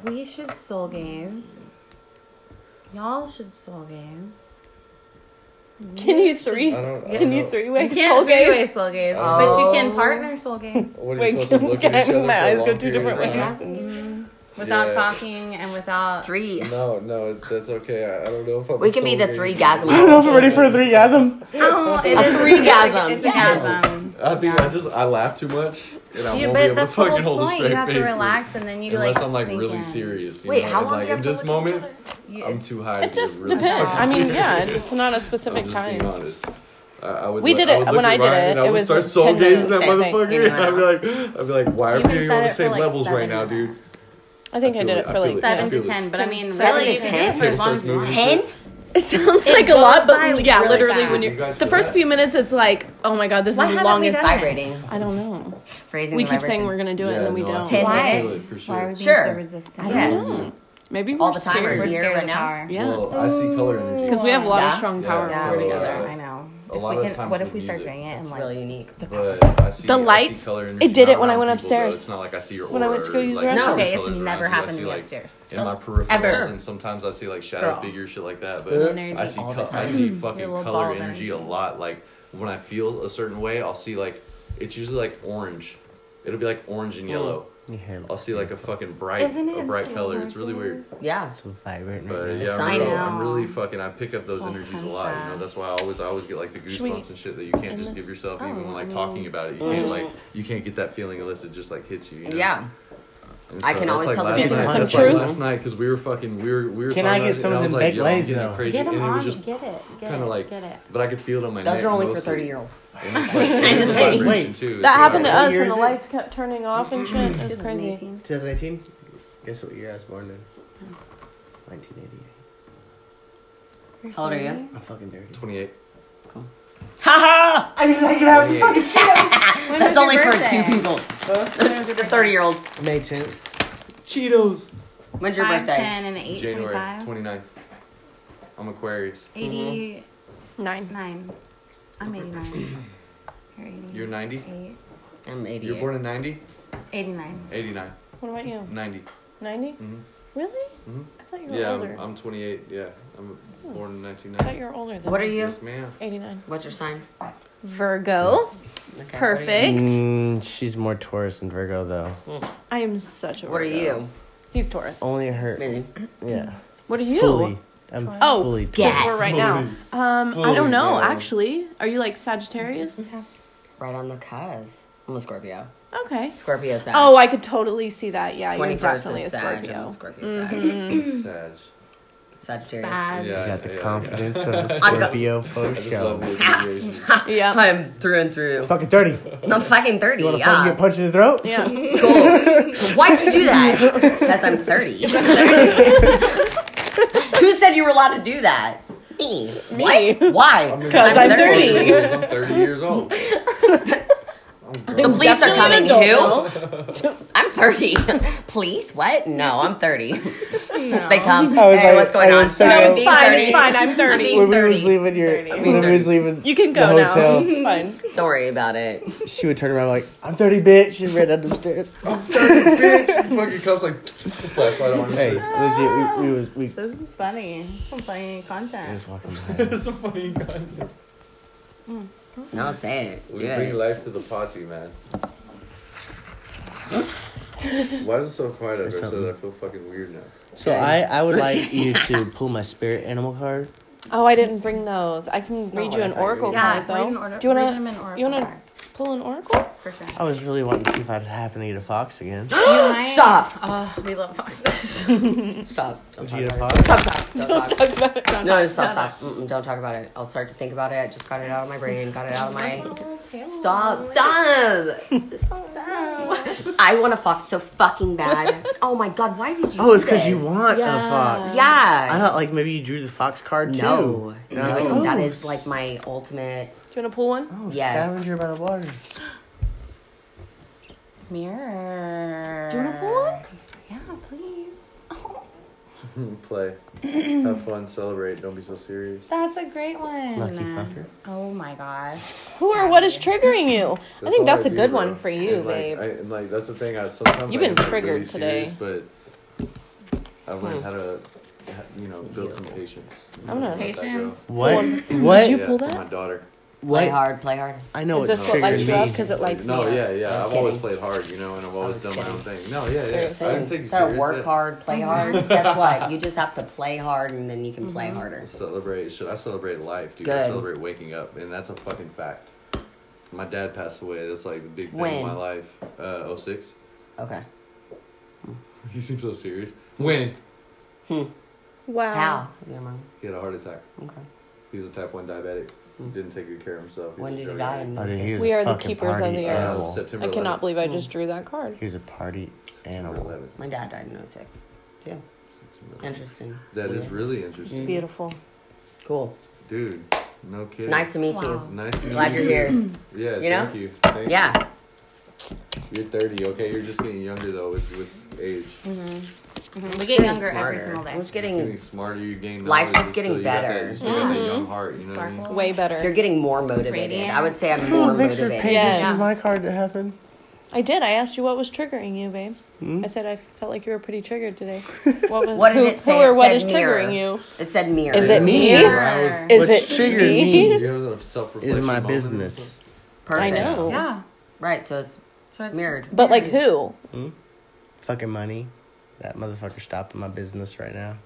S3: We should soul games. Y'all should soul games.
S2: Can you three?
S7: Yeah. I don't. I
S2: Can
S7: don't
S2: you
S7: know.
S2: three
S3: You
S2: way
S3: can't
S2: soul
S3: three-way
S2: games?
S3: soul games,
S7: Oh.
S3: but you can partner soul games
S7: What are
S2: Wait,
S7: you supposed to
S2: can-
S7: look at
S2: can
S7: each other
S2: my
S7: for a
S2: eyes
S7: long
S2: go two
S7: period of
S2: different
S7: time?
S3: without
S7: Yeah.
S3: talking and without.
S4: Three.
S7: No, no, it- that's okay. I, I don't know if I'm.
S4: We can be
S7: still
S4: the
S7: gay.
S4: three gasm.
S6: I don't know if I'm ready for a threegasm.
S3: Oh, it is
S4: threegasm.
S3: It's a
S4: Yes.
S3: gasm.
S7: I think I just I laugh too much, and I
S3: Yeah,
S7: won't
S3: but
S7: be able to
S3: that's the
S7: fucking
S3: whole
S7: hold a
S3: point.
S7: straight
S3: You have
S7: face.
S3: to relax, and then you
S7: unless
S3: like
S7: I'm like
S3: sink
S7: really
S3: in.
S7: serious. You
S4: Wait,
S7: know,
S4: how
S7: and,
S4: long do
S7: like,
S4: you have
S7: in
S4: to
S7: this
S4: look at each
S7: moment?
S4: other?
S3: You-
S7: I'm too high.
S2: It
S7: to give
S2: just
S7: really
S2: depends. I
S7: fucking
S2: mean,
S7: serious.
S2: yeah, it's not a
S7: I'm
S2: specific
S7: just being
S2: kind.
S7: honest. I, I would
S2: We
S7: look-
S2: did
S7: I
S2: it
S7: would look
S2: when
S7: at
S2: I did
S7: Ryan
S2: it.
S7: And
S2: It
S7: I would
S2: was
S7: start
S2: like
S7: soul
S2: 10
S7: gazing that
S4: minutes. Same thing.
S7: motherfucker.
S4: Anyone
S7: and I'd be like, I'd be like, why are
S3: You've
S7: we
S3: been
S7: even
S3: said
S7: on the
S3: it for,
S7: same
S3: like,
S7: levels right
S3: seven
S7: now, dude?
S3: minutes.
S2: I think I,
S7: I
S2: did it
S7: feel it. I
S2: for like
S7: feel it.
S2: yeah.
S3: Seven to
S7: Really?
S3: ten, but I mean,
S4: Seven
S3: really,
S4: to
S3: you can do it
S4: ten?
S3: for as
S7: Table
S3: long
S7: starts
S3: as you want.
S7: moving.
S4: Ten?
S2: It sounds like a lot,
S3: by
S2: but yeah,
S4: really
S2: literally
S4: fast.
S2: when
S7: You
S2: you're
S7: guys
S2: the
S7: do
S2: first
S7: that.
S2: few minutes, it's like, oh my god, this
S3: Why
S2: is the
S3: haven't we
S2: longest.
S3: done it?
S4: Vibrating.
S2: I don't know.
S4: Raising
S2: We
S4: the
S2: keep saying
S4: vibrations.
S2: we're gonna do it, and then we
S7: no,
S2: don't.
S4: Ten
S7: I
S3: Why?
S7: feel
S4: minutes.
S7: it, For
S3: Why are we being
S7: sure.
S4: Sure.
S3: so resistant?
S4: Yes.
S2: Maybe we're
S4: All the time
S2: scared.
S4: we're
S3: We're
S4: here
S3: scared
S4: right
S3: of
S4: now.
S3: power.
S2: Yeah,
S7: Well, I see color energy.
S2: because we have a lot
S4: Yeah.
S2: of strong
S7: Yeah,
S2: power.
S7: so,
S3: Yeah,
S7: uh,
S2: already.
S3: together. I know.
S7: a
S3: If
S7: lot
S3: we
S7: of
S3: can,
S7: times
S3: what if
S7: with
S3: we start
S7: music,
S3: doing it and
S4: It's
S3: like
S4: really unique.
S7: But I see,
S2: The
S7: I see
S2: lights,
S7: color energy
S2: it did
S7: not
S2: it when I
S7: around
S2: went
S7: people, though.
S2: upstairs.
S7: It's not like I see your aura.
S2: When I went to go
S7: or,
S2: use the
S7: like,
S4: restroom.
S7: certain
S4: Okay,
S3: it's
S7: colors around
S3: never
S7: you. I
S3: happened
S7: see,
S3: to me
S7: like,
S3: upstairs.
S7: In my
S3: Ever.
S7: peripherals, and sometimes I see like shadow
S3: Girl.
S7: figures, shit like that.
S3: Little
S7: But
S3: energy
S7: I see,
S4: all the
S7: co- I
S4: time.
S7: see fucking
S3: Your little ball
S7: color
S3: of
S7: energy a
S3: energy.
S7: lot. Like when I feel a certain way, I'll see like it's usually like orange. It'll be like orange and yellow.
S4: Mm.
S6: Yeah,
S7: I'll see like a fucking bright,
S3: Isn't it
S7: a bright
S3: so
S7: color. It's really weird.
S3: gorgeous?
S4: Yeah.
S6: so vibrant.
S7: But
S6: right now.
S7: yeah,
S4: I
S7: I'm really,
S4: know.
S7: I'm really fucking. I pick up those
S3: Oh,
S7: energies a
S3: I'm
S7: lot. You
S3: sad.
S7: know, that's why I always, I always get like the
S2: we
S7: goosebumps and shit that you can't just
S2: end
S7: give
S2: this?
S7: yourself
S2: Oh,
S7: even when
S2: I
S7: like
S2: mean-
S7: talking about it. You can't like, you can't get that feeling unless it just like hits you. you know?
S4: Yeah.
S7: And
S4: I can
S7: that's,
S4: always
S7: like
S4: tell the
S7: last
S4: difference.
S7: night,
S2: Some
S7: that's, like,
S2: truth.
S7: last night because we were fucking, we were, we were.
S6: Can
S7: talking
S6: I
S7: about
S6: get
S7: it,
S6: some
S7: and
S6: of
S7: I was
S6: them
S7: like,
S6: big
S7: yo,
S6: legs,
S7: I'm getting
S6: though?
S7: crazy,
S3: Get
S7: and
S3: them
S7: it
S3: on.
S7: was just
S3: get it. Get
S7: kind of
S3: it.
S7: like,
S3: get it.
S7: but I could feel it on my neck.
S4: Those are only for
S7: mostly.
S4: 30 year olds.
S7: And it's like- it's
S4: just
S7: a
S4: kidding.
S7: vibration, too. It's
S2: That
S7: a
S2: happened to
S7: vibration.
S2: us,
S6: year
S2: and the
S6: is it?
S2: lights kept turning off and shit. It was crazy.
S3: 2018.
S6: 2018? Guess what year I was born in? 1988.
S4: How old are you?
S6: I'm fucking dirty.
S7: 28.
S4: Ha ha!
S1: I mean, I can have some fucking shit.
S4: That's only for two people. The 30 year olds.
S6: May 10th.
S1: Cheetos.
S4: When's your
S3: 5,
S4: birthday?
S3: 10, and 8,
S7: January
S3: 25.
S7: 29th. I'm Aquarius.
S3: 89.
S2: Nine.
S3: I'm 89. You're 80.
S7: You're 90?
S3: Eight.
S4: I'm 88.
S7: You're born in 90?
S3: 89.
S7: 89.
S2: What about you?
S7: 90.
S2: 90?
S7: Mhm.
S2: Really?
S7: Mhm.
S2: I thought you were
S7: Yeah,
S2: older.
S7: I'm, I'm 28. Yeah, I'm born in
S2: I thought
S7: 1990.
S2: you were older than
S4: What are you?
S7: Yes, ma'am.
S2: 89.
S4: What's your sign?
S2: Virgo.
S4: Okay, what are you?
S2: Perfect.
S6: Mm, she's more Taurus than Virgo, though.
S2: I am such a
S4: What are
S2: Virgo.
S4: you?
S2: He's Taurus.
S6: Only her.
S4: Busy.
S6: Yeah.
S2: What are you?
S6: Fully. I'm
S2: Oh,
S6: fully
S4: yeah.
S2: Where right now. Um, I
S5: Fully
S2: don't know,
S5: Virgo.
S2: actually. Are you like Sagittarius?
S4: Right on the cause. I'm a Scorpio.
S2: Okay.
S4: Scorpio Sag.
S2: Oh, I could totally see that. Yeah, you're
S4: 21st
S2: definitely
S4: is
S2: a
S4: Sag. I'm a
S2: Scorpio. Mm-hmm.
S4: Scorpio Sag.
S7: Sag.
S4: Sagittarius.
S3: Bad.
S7: Yeah,
S6: You got the
S7: yeah, yeah.
S6: confidence of a
S4: I'm go-
S6: Scorpio for
S7: I just love
S6: show.
S7: the abbreviations.
S2: Yeah.
S4: I'm through and through.
S6: Fucking 30.
S4: I'm fucking 30.
S6: You want to
S4: yeah.
S6: fucking get punched in the throat?
S2: Yeah.
S4: Cool. Why'd you do that? Because I'm 30. Who said you were allowed to do that? Me. What? Why?
S2: Because I'm 30.
S7: I'm 30 years old. I'm
S4: The
S7: grown.
S4: police are coming.
S2: Definitely an adult,
S4: Who? I'm 30. Police? What? No, I'm 30. They come.
S6: I was
S4: Hey,
S6: like-
S4: what's going
S6: I
S4: on?
S6: was so-
S2: No,
S4: Sorry, I'm
S6: No,
S2: it's
S4: being
S2: fine.
S4: 30.
S2: It's fine. I'm
S4: I'm
S2: 30.
S4: being-
S6: When we
S4: 30.
S6: was leaving your,
S2: I
S6: when we was leaving
S2: You can
S6: the
S2: go now.
S6: hotel,
S2: It's fine.
S4: Don't worry about it.
S6: she would turn around like, "I'm 30, bitch," and ran up the stairs.
S7: bitch. Fucking cops like flashlight on
S6: hey,
S7: his
S6: legit, we, we was we
S3: This is funny. I'm playing
S6: I
S3: content.
S6: was walking behind.
S5: That's a funny concept.
S4: No, say it.
S7: We
S4: Do
S7: bring
S4: it.
S7: life to the party, man. Why is it so quiet over
S6: Say
S7: so that I
S6: something.
S7: feel fucking weird now?
S6: So I, I would like you to pull my spirit animal card.
S2: Oh, I didn't bring those. I can read you an
S7: I thought you
S2: oracle
S7: were-
S2: card, though. Do you want to
S3: to?
S2: you wanna- pull an oracle?
S3: For sure.
S6: I was really wanting to see if I'd happen to eat a fox again.
S4: Stop.
S3: Oh, we love foxes.
S4: Stop. Don't
S6: Would
S4: talk
S6: you eat a
S4: about it.
S6: fox?
S4: Stop, stop. Don't talk.
S2: Talk about it. Don't
S4: No,
S2: talk.
S4: stop, stop. Mm-mm, don't talk about it. I'll start to think about it. I just got it out of my brain. Got it out of my. Stop, stop. stop. I want a fox so fucking bad. Oh my god, why did you?
S6: Oh, it's
S4: do
S6: because you
S4: this?
S6: want a fox.
S4: Yeah.
S6: I thought like maybe you drew the fox card too.
S4: no,
S6: And I was
S4: no,
S6: like, oh,
S4: that is like my ultimate.
S2: Do you want to pull one?
S6: Oh,
S4: Yes.
S6: scavenger by the water.
S3: Mirror.
S2: Do you want to pull one?
S3: Yeah, please. Oh,
S7: Play. Have fun, celebrate, don't be so serious.
S3: That's a great one.
S6: Lucky fucker.
S3: Oh my gosh.
S2: Who or what is triggering you? I think
S7: all
S2: that's a
S7: do,
S2: good
S7: bro.
S2: one for you,
S7: And, like,
S2: babe.
S7: I, and like that's the thing. I sometimes
S2: You've
S7: I
S2: been
S7: get
S2: triggered
S7: really
S2: today. Hmm.
S7: serious, but I've learned how to, you know, build some patience.
S2: I'm gonna-
S7: Let that go.
S3: Patience.
S6: What?
S2: Did
S6: What?
S2: you pull
S7: for
S2: that?
S7: My daughter.
S4: Play
S6: What?
S4: hard, play hard.
S6: I know
S2: Is
S6: it's
S2: this what lights
S6: triggering
S2: you up?
S6: me.
S2: Because it lights me
S7: No,
S2: up.
S7: yeah, yeah.
S4: I
S7: I've
S4: was
S7: always
S4: kidding.
S7: played hard, you know, and I've always
S4: was
S7: done my
S4: kidding.
S7: own thing. No, yeah, yeah. I didn't take
S4: Seriously. Instead
S7: you
S4: of
S7: serious.
S4: work
S7: yeah.
S4: hard,
S6: Oh.
S4: play hard. Guess what? You just have to play hard, and then you can
S6: Mm-hmm.
S4: play harder.
S7: Celebrate. Should I celebrate life, dude? I
S4: Good.
S7: celebrate waking up, and that's a fucking fact. My dad passed away. That's like the big thing
S4: When?
S7: in my life. Uh, 06.
S4: Okay.
S7: He seems so serious. When?
S6: Um,
S2: Wow.
S4: How? Your mom.
S7: He had a heart attack.
S4: Okay.
S7: He was a type 1 diabetic. Didn't take good care of himself.
S4: Hmm. When
S7: was a
S4: did he
S7: drug
S4: die?
S7: addict.
S6: Oh, dude, he was Oh,
S2: We
S6: a
S2: are the
S6: fucking
S2: keepers of
S6: party
S2: the earth.
S7: Uh,
S6: animal.
S7: September
S2: I
S7: 11th.
S2: cannot believe I just drew that card.
S6: He was a party
S7: September
S6: animal.
S7: 11th.
S4: My dad died in 06, too. Interesting.
S7: That is
S4: Yeah.
S7: really interesting.
S2: Beautiful.
S4: Cool.
S7: Dude, no kidding.
S4: Nice to meet you.
S7: Nice to meet
S4: Glad
S7: you.
S4: you're here.
S7: Yeah,
S4: You know?
S7: thank you. Thank
S4: Yeah.
S7: You. are 30, okay? You're just getting younger, though, with, with age.
S4: Mm-hmm.
S3: Mm-hmm. We get
S4: Getting
S3: younger every
S4: smarter.
S3: single day.
S4: I'm just
S7: You're getting
S4: getting.
S7: smarter, you gain
S4: Life's
S7: knowledge,
S4: just
S7: you
S4: getting
S7: still- you got that-
S4: better.
S7: You still got that young heart, you know what I mean?
S3: Mm-hmm. Sparkle.
S2: Way better.
S4: You're getting more motivated.
S3: Radiant.
S4: I would say I'm more
S6: Oh, thanks for
S4: motivated.
S6: painting
S2: Yes.
S6: my card to happen.
S2: I did. I asked you what was triggering you, babe.
S7: Hmm?
S2: I said I felt like you were pretty triggered today. What, was,
S4: What did
S2: who,
S4: it say?
S2: Who or
S4: It
S2: what
S4: said
S2: is
S4: mirror.
S2: triggering you?
S4: It said mirror.
S2: Is it me?
S7: Mirror.
S2: Is
S6: What's
S2: it
S6: triggering
S2: me?
S6: me
S7: You have a self-reflection
S6: is my
S7: moment.
S6: business.
S4: Perfect.
S2: I know.
S3: Yeah.
S4: Right, so it's
S3: So it's
S4: mirrored.
S2: But like who?
S6: Hmm? Fucking money. That motherfucker stopping my business right now.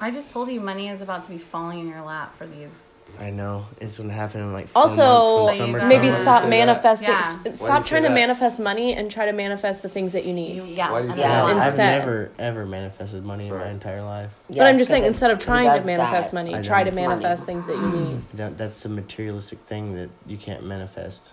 S3: I just told you money is about to be falling in your lap for these.
S6: I know. It's gonna happen in like four months when
S2: Also,
S6: summer
S2: maybe
S6: comes.
S2: stop
S7: Say that.
S2: manifesting.
S3: Yeah.
S7: Why do you
S2: Stop
S7: say
S2: trying to
S7: that?
S2: manifest money and try to manifest the things that you need.
S3: You, yeah.
S7: Why do you
S3: I
S7: say
S3: don't
S4: that?
S3: know.
S6: Yeah, I've
S2: Instead.
S6: never ever manifested money in my
S7: Sorry.
S6: entire life.
S2: but I'm
S4: Yes,
S2: just saying,
S4: 'cause
S2: instead of
S4: it
S2: trying
S4: does
S2: to manifest
S4: that.
S2: money,
S6: I
S2: try to
S6: know.
S2: manifest things that you need.
S6: That, that's a materialistic thing that you can't manifest.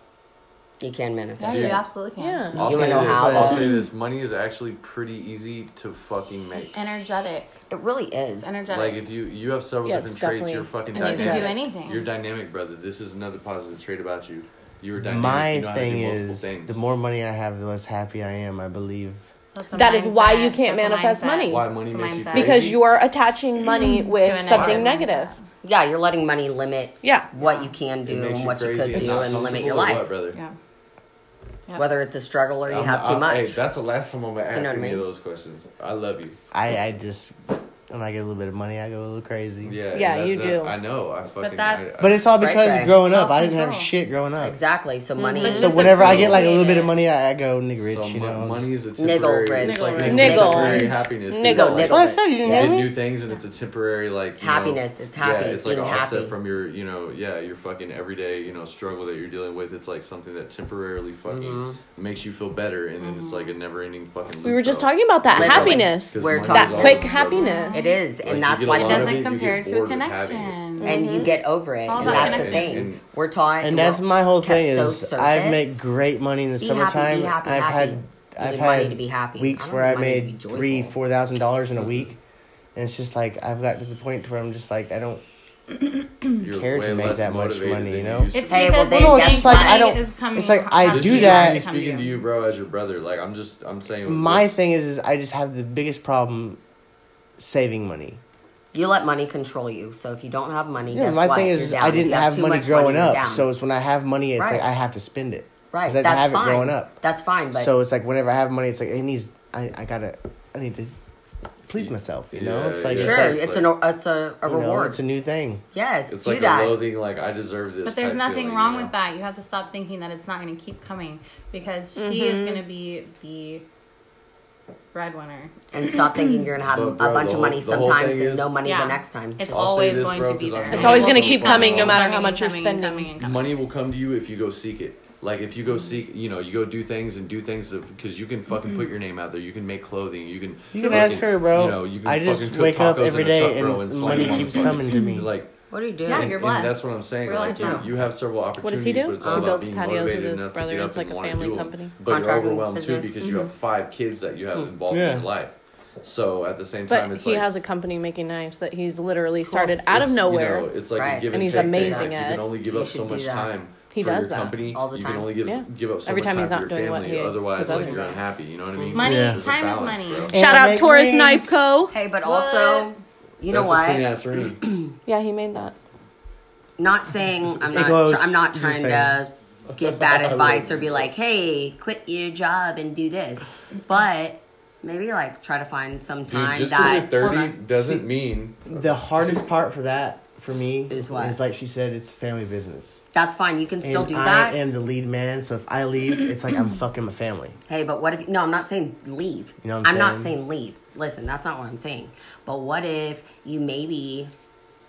S4: You can manifest.
S3: Yeah,
S4: it.
S3: you absolutely can.
S2: Yeah.
S7: I'll
S4: You
S7: say
S4: know
S7: this.
S4: how.
S7: I'll say this. Money is actually pretty easy to fucking make.
S3: It's energetic.
S4: It really is.
S3: It's energetic.
S7: Like if you you have several
S2: Yeah,
S7: different
S2: it's
S7: traits,
S2: definitely-
S7: you're fucking
S3: And you can
S7: dynamic.
S3: do anything.
S7: You're dynamic, brother. This is another positive trait about you. You are dynamic.
S6: My
S7: you know
S6: thing
S7: how to do multiple
S6: is,
S7: things.
S6: the more money I have, the less happy I am. I believe.
S3: That's a
S2: That is why
S3: mindset.
S2: you can't
S3: That's a
S2: manifest
S3: mindset.
S2: money.
S7: why money
S3: It's a
S7: makes you
S3: mindset.
S7: crazy.
S2: because you are attaching money
S3: To
S2: with
S3: a
S2: something
S3: negative
S2: negative.
S4: yeah, you're letting money limit
S2: Yeah.
S4: what you can
S7: it
S4: do
S7: makes
S4: and
S7: you
S4: what you
S7: crazy
S4: could
S7: and
S4: do
S7: not
S4: and limit
S7: comfortable
S4: your
S7: or
S4: life.
S7: What, brother?
S3: Yeah. Yeah.
S4: Whether it's a struggle or you
S7: I'm
S4: have
S7: not-
S4: too
S7: I'm-
S4: much.
S7: Hey, that's the last time I'm gonna ask
S4: know what I
S7: any
S4: mean?
S7: of those questions. I love you.
S6: I, I just when I get a little bit of money, I go a little crazy.
S7: Yeah.
S2: Yeah,
S7: that's-
S2: you
S7: that's-
S2: do.
S7: I know. I fucking.
S3: that's-
S7: I,
S6: But it's all
S4: Right,
S6: because
S4: right.
S6: growing up, I didn't have
S3: Self-control.
S6: shit growing up.
S4: exactly. So money.
S3: Mhm.
S4: is
S6: So
S3: Just
S6: whenever I get like a little bit
S3: appreciate it.
S6: of money, I, I go nigga
S7: so
S6: rich. You
S7: mon-
S6: know,
S7: money is a
S4: Niggle
S7: temporary. it's
S4: rich.
S7: like
S6: Niggle
S2: Niggle
S7: temporary
S2: rich.
S7: happiness. 'cause
S2: Niggle. Mm-hmm.
S7: you're
S6: That's
S7: Like,
S6: what I said. You didn't
S7: you
S6: hear
S7: get
S6: me.
S7: new things and it's a temporary like you know-
S4: Happiness, it's happy,
S7: Yeah, it's like
S4: being
S7: an offset
S4: happy.
S7: from your you know yeah your fucking everyday you know struggle that you're dealing with. It's like something that temporarily fucking makes you feel better, and then it's like a never ending fucking.
S2: Mm-hmm. We were just talking about that
S4: Literally.
S2: happiness.
S4: We're
S2: That
S4: It's
S2: quick
S4: always
S2: happiness.
S4: It is,
S7: Like, you
S4: and that's
S7: get a
S4: why
S7: lot
S3: It
S7: of
S4: doesn't.
S7: it,
S3: doesn't
S7: you
S3: compare
S7: get
S3: to a
S7: bored of having it.
S3: connection.
S4: And you get over it,
S3: all
S4: and
S3: about
S4: that's the
S7: connection.
S4: thing.
S7: And-
S4: we're taught,
S6: and that's
S4: we're
S6: my whole
S4: kept
S6: thing
S4: so
S6: is
S4: surface.
S6: I've made great money in the
S4: Be happy, be
S6: summertime.
S4: happy,
S6: I've
S4: happy.
S6: had
S4: You
S6: I've
S4: need
S6: had
S4: money to be happy. I
S6: weeks
S4: don't
S6: where I
S4: need money to
S6: made
S4: be
S6: three
S4: joyful.
S6: four thousand dollars in a week, and it's just like I've gotten to the point where I'm just like I don't.
S7: You're
S6: care to
S7: way
S6: make
S7: less
S6: that much
S7: motivated
S6: money,
S7: than
S6: you know?
S7: used to
S3: It's
S7: be.
S4: Hey, well,
S3: because
S4: they-
S3: you
S4: No, it's
S3: think
S4: just like, I
S3: money
S6: don't-
S3: is coming
S6: it's like,
S3: from-
S6: I
S3: has
S7: This
S6: do
S3: to
S7: is
S3: be
S6: that.
S7: me
S3: from
S7: speaking to you, bro, as your brother. Like I'm just I'm saying
S6: My
S7: what's-
S6: thing is, is I just have the biggest problem saving money.
S4: You let money control you. So if you don't have money,
S6: Yeah,
S4: guess
S6: my
S4: what?
S6: thing
S4: You're
S6: is
S4: down.
S6: I
S4: If
S6: didn't
S4: you have
S6: have
S4: too
S6: money
S4: much money,
S6: growing
S4: you're
S6: up,
S4: down.
S6: so it's when I have money, it's
S4: Right.
S6: like I have to spend it. 'Cause
S4: right,
S6: I didn't
S4: that's
S6: have
S4: fine.
S6: it growing up.
S4: That's fine, but
S6: so it's like whenever I have money, it's like it needs. I I gotta. I need to please myself. You know,
S7: Yeah,
S6: it's like
S7: yeah.
S6: it's
S4: sure,
S6: like,
S4: it's,
S7: like-
S4: an it's a, a
S6: you know,
S4: reward.
S6: it's a new thing.
S4: yes,
S7: It's
S4: do
S7: like
S4: that.
S7: a loathing, like I deserve this.
S3: But there's
S7: type
S3: nothing
S7: feeling,
S3: wrong
S7: you know?
S3: with that. You have to stop thinking that it's not going to keep coming because she is going to be the breadwinner.
S4: and stop thinking you're gonna have
S7: But, bro,
S4: a bunch
S7: the
S4: of money
S7: whole- the whole
S4: sometimes
S7: thing
S4: and
S7: is-
S4: no money
S3: Yeah.
S4: the next time.
S3: It's
S7: say
S3: always
S7: this,
S3: going
S7: bro,
S3: to be
S7: 'cause I'm
S3: there.
S7: It's
S2: It's always
S7: Well,
S2: going to
S7: we
S2: keep
S7: follow
S2: coming no
S7: along.
S2: matter how much you're
S3: Coming and
S2: spending.
S3: coming and coming.
S7: money will come to you if you go seek it like if
S2: Mm-hmm.
S7: you go seek you know you go do things and do things because you can fucking
S2: Mm-hmm.
S7: put your name out there you can make clothing you can
S6: You can
S7: fucking,
S6: ask her, bro.
S7: you know you can
S6: I just
S7: fucking cook
S6: wake up
S7: tacos in
S6: every
S7: a
S6: day
S7: truck, bro,
S6: and
S7: slam
S6: money
S7: them on
S6: keeps
S7: fucking-
S6: coming to me.
S7: like
S4: What are you doing?
S3: Yeah,
S7: and,
S3: you're
S7: and
S3: blessed.
S7: that's what I'm saying.
S3: Realize
S7: like
S4: that.
S7: you, you have several opportunities,
S2: does he do?
S7: but it's
S2: He
S7: all about
S2: builds
S7: being
S2: patios with
S7: motivated
S2: his
S7: enough to
S2: brother.
S7: get up
S2: It's like
S7: and
S2: a
S7: want
S2: family
S7: to do
S2: company. Mm-hmm.
S7: Them. But you're
S4: Contracting
S7: overwhelmed too
S4: business.
S7: because you have five kids that you have involved
S6: Mm. Yeah.
S7: in your life. So at the same time,
S2: But
S7: it's
S2: he
S7: like
S2: has a company making knives that he's literally started out of
S7: it's, you
S2: nowhere.
S7: know, it's like
S4: Right.
S7: a give and,
S2: And he's
S7: take thing.
S2: amazing
S7: Like, You
S2: at it.
S7: can only give
S4: You
S7: up so
S4: should do
S7: much
S4: that.
S7: time.
S2: He
S7: for
S2: does
S7: your
S2: that.
S7: company.
S4: All the
S7: You
S4: time.
S7: can only give
S2: Yeah.
S7: give up so
S2: Every
S7: much
S2: time he's
S7: time
S2: not
S7: for
S2: doing
S7: your
S2: what
S7: family.
S2: he- his
S7: Otherwise,
S2: other
S7: like you're
S2: guy.
S7: unhappy. You know what I mean?
S3: Money,
S6: Yeah.
S7: There's a
S3: time is
S7: balance,
S3: money.
S7: bro.
S6: And
S2: Shout
S6: I
S2: out
S6: make
S2: Taurus
S6: rings.
S2: Knife Co.
S4: Hey, but also, you know
S7: That's a clean
S4: what?
S7: ass ring.
S2: Yeah, he made that.
S4: Not saying I'm
S6: It
S4: not.
S6: glows.
S4: I'm not
S6: Just
S4: trying
S6: saying.
S4: to give bad advice or be like, "Hey, quit your job and do this," but maybe like try to find some
S7: Dude,
S4: time
S7: just because you're
S4: that
S7: 30
S6: See-
S7: doesn't mean
S6: The hardest part for that for me
S4: Is what?
S6: is like she said, it's family business.
S4: that's fine. You can still
S6: and
S4: do
S6: I
S4: that.
S6: am the lead man, so if I leave, it's like I'm fucking my family.
S4: Hey, but what if? No, I'm not saying leave.
S6: You know what I'm
S4: not
S6: saying?
S4: saying leave. Listen, that's not what I'm saying. But what if you maybe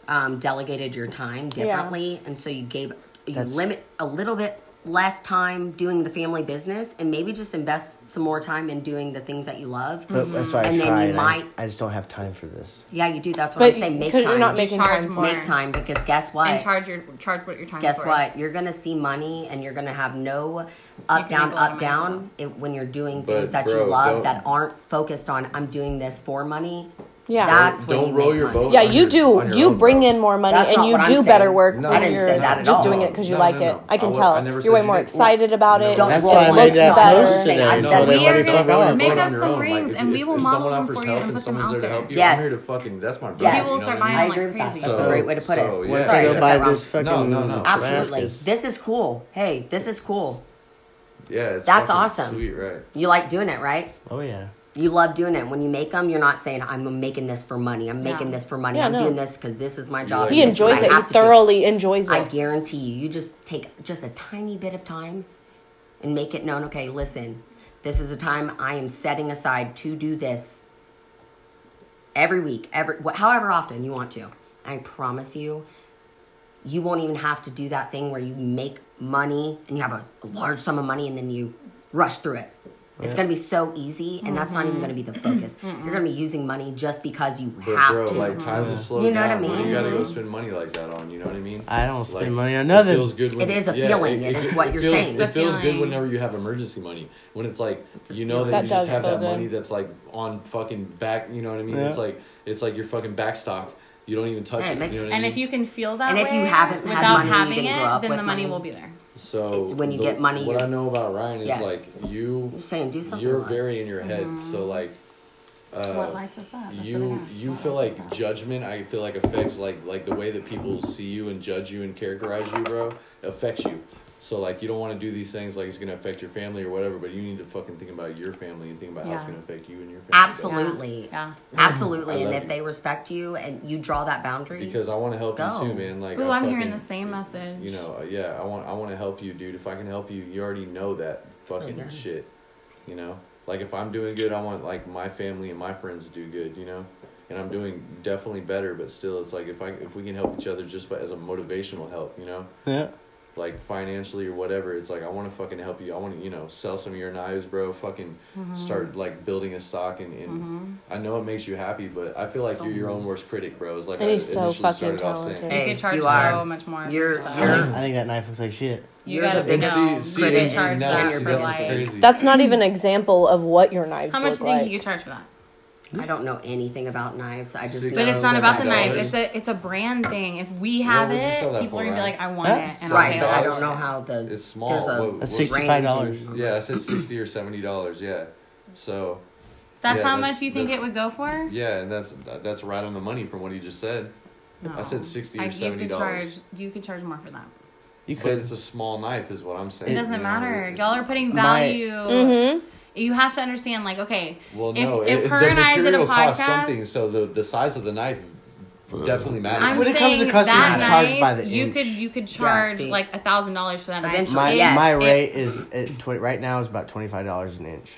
S4: um, delegated your time differently, and so you gave you
S6: That's-
S4: limit a little bit less time doing the family business, and maybe just invest some more time in doing the things that you love.
S6: But that's why I
S4: Mm-hmm. And then you
S6: tried. I,
S4: might-
S6: I just don't have time for this.
S4: yeah, you do. That's what
S2: But
S4: I'm saying. Make
S2: because
S4: time.
S2: you're not
S3: You
S2: making
S3: charge
S2: time.
S3: more.
S4: make time because guess what?
S3: and charge your charge what your time.
S4: guess
S3: for.
S4: what? You're gonna see money, and you're gonna have no
S3: can
S4: up down
S3: make a lot of money
S4: up
S3: from
S4: down
S3: this.
S4: it, when you're doing
S7: But,
S4: things that you
S7: bro,
S4: love
S7: don't-
S4: that aren't focused on. I'm doing this for money.
S2: Yeah.
S4: That's when
S7: don't
S4: you
S7: roll
S4: make
S7: your
S4: money.
S7: boat.
S2: Yeah,
S7: on
S2: you
S7: your- on
S2: do.
S7: your
S2: You
S7: own,
S2: bring
S7: bro.
S2: in more money
S4: That's
S2: and
S4: not
S2: you
S4: what I'm
S2: do better
S4: saying.
S2: work
S7: No,
S2: when
S7: I didn't
S2: you're
S7: say that at
S2: just
S7: all.
S2: doing it because you
S7: No,
S2: like
S7: no,
S2: it.
S7: no.
S2: I can
S7: I would- I
S2: tell.
S7: never
S2: You're way
S7: said you
S2: more
S7: did.
S2: excited about it.
S4: Don't
S6: That's
S4: roll
S6: why I
S4: your
S6: made
S4: boat.
S6: that
S4: No, I'm
S2: better.
S6: post today.
S4: I
S6: and
S4: know,
S6: told
S4: but
S6: everybody
S3: we're
S6: fuck
S3: gonna
S6: off.
S3: make
S7: Make
S3: us some rings and we will model them for you and put
S7: If
S3: them
S7: someone's
S3: out
S7: there to
S3: there.
S7: help you,
S4: Yes.
S7: I'm here to fucking. That's my.
S4: Yes.
S7: brother,
S4: People
S7: you know
S3: start
S7: what I
S3: buying
S7: mean?
S4: I
S3: like
S4: agree with that.
S3: crazy.
S4: That's
S7: So-
S4: a great way to put it.
S7: so, yeah.
S6: Once
S4: Sorry,
S6: I
S4: I
S6: go
S4: took
S6: buy
S4: that
S6: this
S4: wrong.
S6: fucking
S7: No, no, no.
S4: Absolutely,
S6: Raskas.
S4: this is cool. Hey, this is cool.
S7: Yeah, it's
S4: That's
S7: fucking
S4: awesome.
S7: Sweet, right?
S4: You like doing it, right?
S6: Oh yeah.
S4: You love doing it. When you make them, you're not saying, "I'm making this for money. I'm making
S3: Yeah.
S4: this for money.
S2: Yeah,
S4: I'm
S2: no.
S4: doing this because this is my job."
S7: like
S2: He
S4: and this is what
S2: enjoys
S4: I
S2: it. He
S4: have to do."
S2: thoroughly enjoys
S4: I
S2: it.
S4: guarantee you, you just take just a tiny bit of time and make it known, okay, listen, this is the time I am setting aside to do this every week, every wh- however often you want to. I promise you, you won't even have to do that thing where you make money and you have a, a large sum of money and then you rush through it. It's gonna be so easy, and that's not even gonna be the
S7: Mm-hmm.
S4: focus. You're gonna be using money just just because you
S7: But
S4: have
S7: bro,
S4: to.
S7: like times have slowed
S4: You know what I
S7: down. What do
S4: mean?
S7: you gotta go spend money like that on? You know what I mean?
S6: I don't spend
S7: Like,
S6: money on
S7: It
S6: nothing.
S7: feels good. When,
S4: It is a
S7: yeah,
S4: feeling,
S7: It,
S4: is
S7: it-
S4: what
S7: it
S4: you're
S7: feels,
S4: saying.
S7: It
S4: The
S7: feels good
S3: feeling.
S7: whenever you have emergency money. When it's like you know that,
S2: That
S7: you just
S2: does
S7: have
S2: feel
S7: that
S2: good.
S7: money that's like on fucking back. You know what I mean?
S6: Yeah.
S7: It's like it's like your fucking back stock. You don't even touch
S4: Yeah, it
S7: it.
S4: makes-
S7: you know what I
S3: And
S7: mean?
S3: if you can feel that
S4: And if you
S3: way
S4: haven't had
S3: without
S4: money, you
S3: having
S4: didn't
S3: it,
S4: grow up
S3: then
S4: with
S3: the money,
S4: money.
S3: will be there.
S7: so
S4: when you
S7: the-
S4: get money,
S7: what
S4: you're-
S7: I know about Ryan is
S4: Yes.
S7: like you.
S4: I'm just saying, do something.
S7: You're
S4: like-
S7: very in your head. So like. Uh,
S9: what lights us up? That's what
S7: you
S9: I asked.
S7: you
S9: What
S7: feel
S9: lights
S7: like
S9: us
S7: judgment i feel like affects like like the way that people see you and judge you and characterize you bro affects you so like you don't want to do these things like it's gonna affect your family or whatever but you need to fucking think about your family and think about how it's
S3: Yeah.
S7: gonna affect you and your family bro.
S4: Absolutely,
S3: Yeah.
S4: absolutely.
S7: I
S4: And
S7: love
S4: if
S7: you.
S4: they respect you and you draw that boundary,
S7: because i want to help
S4: Go.
S7: you too man like
S3: Ooh,
S7: I
S3: I'm hearing
S7: fucking-
S3: the same message.
S7: you know uh, yeah i want i want to help you dude if i can help you you already know that fucking
S4: yeah.
S7: shit you know like if i'm doing good i want like my family and my friends to do good you know and i'm doing definitely better but still it's like if i if we can help each other just by, as a motivational help you know
S6: yeah.
S7: like financially or whatever it's like i want to fucking help you i want to you know sell some of your knives bro fucking
S2: Mm-hmm.
S7: start like building a stock and, and i know it makes you happy but i feel like you're your own worst critic bro it's like
S2: And
S7: i
S2: he's so
S7: initially
S2: fucking
S7: started off saying
S2: talented.
S3: you
S4: Hey,
S3: could charge
S4: you
S3: so
S4: are-
S3: much more. for
S4: you're-
S3: yourself.
S6: I think, I think that knife looks like shit.
S3: you
S4: you're
S3: gotta
S4: the
S3: be
S4: biggest
S3: known.
S7: and see, see,
S3: You
S4: critic
S3: could
S7: and
S3: um, charge
S7: now
S3: that
S7: see,
S3: for
S7: that's
S3: life.
S7: crazy.
S2: That's not even an example of what your knives
S3: How much
S2: look
S3: do you think
S2: like.
S3: you could charge for that?
S4: I don't know anything about knives. I just
S7: Six
S3: But
S4: know
S3: it's not
S7: Seven
S3: about the
S7: dollars.
S3: knife. It's a it's a brand thing. If we have
S7: would you
S3: it,
S7: sell that
S3: people
S7: for,
S3: are gonna be
S7: Ryan?
S3: like, I want
S6: Huh?
S3: it, and
S4: right,
S3: I'll pay
S4: but
S3: all
S4: I
S3: this
S4: don't know
S3: shit.
S4: how the
S7: It's small.
S4: there's a
S7: What-
S6: That's
S7: what-
S6: $65.
S4: range in-
S7: Yeah, I said sixty or seventy dollars. Yeah, so
S3: That's
S7: Yeah,
S3: how
S7: that's-
S3: much you think it
S7: that's-
S3: would go for?
S7: yeah, and that's that's right on the money from what he just said.
S3: No.
S7: I said 60 or
S3: Like, you could
S7: $70.
S3: charge- You could charge more for that.
S6: You
S7: But
S6: could.
S7: it's a small knife, is what I'm saying.
S3: It doesn't
S7: you know?
S3: matter. Y'all are putting
S6: My-
S3: value.
S6: Mm-hmm.
S2: Mhm.
S3: You have to understand, like, okay,
S7: Well,
S3: if,
S7: no,
S3: if
S7: it-
S3: her
S7: the
S3: and I did a
S7: material costs something,
S3: podcast,
S7: so the the size of the knife definitely
S3: I'm
S7: matters.
S6: When it comes to
S3: saying
S6: customs,
S3: that
S6: you charge
S3: knife,
S6: by the
S3: you
S6: inch.
S3: could you could charge
S4: see.
S3: like a thousand dollars for that knife.
S4: Eventually.
S6: My
S4: Yes,
S6: my
S4: it-
S6: rate is at tw- right now is about twenty five dollars an inch.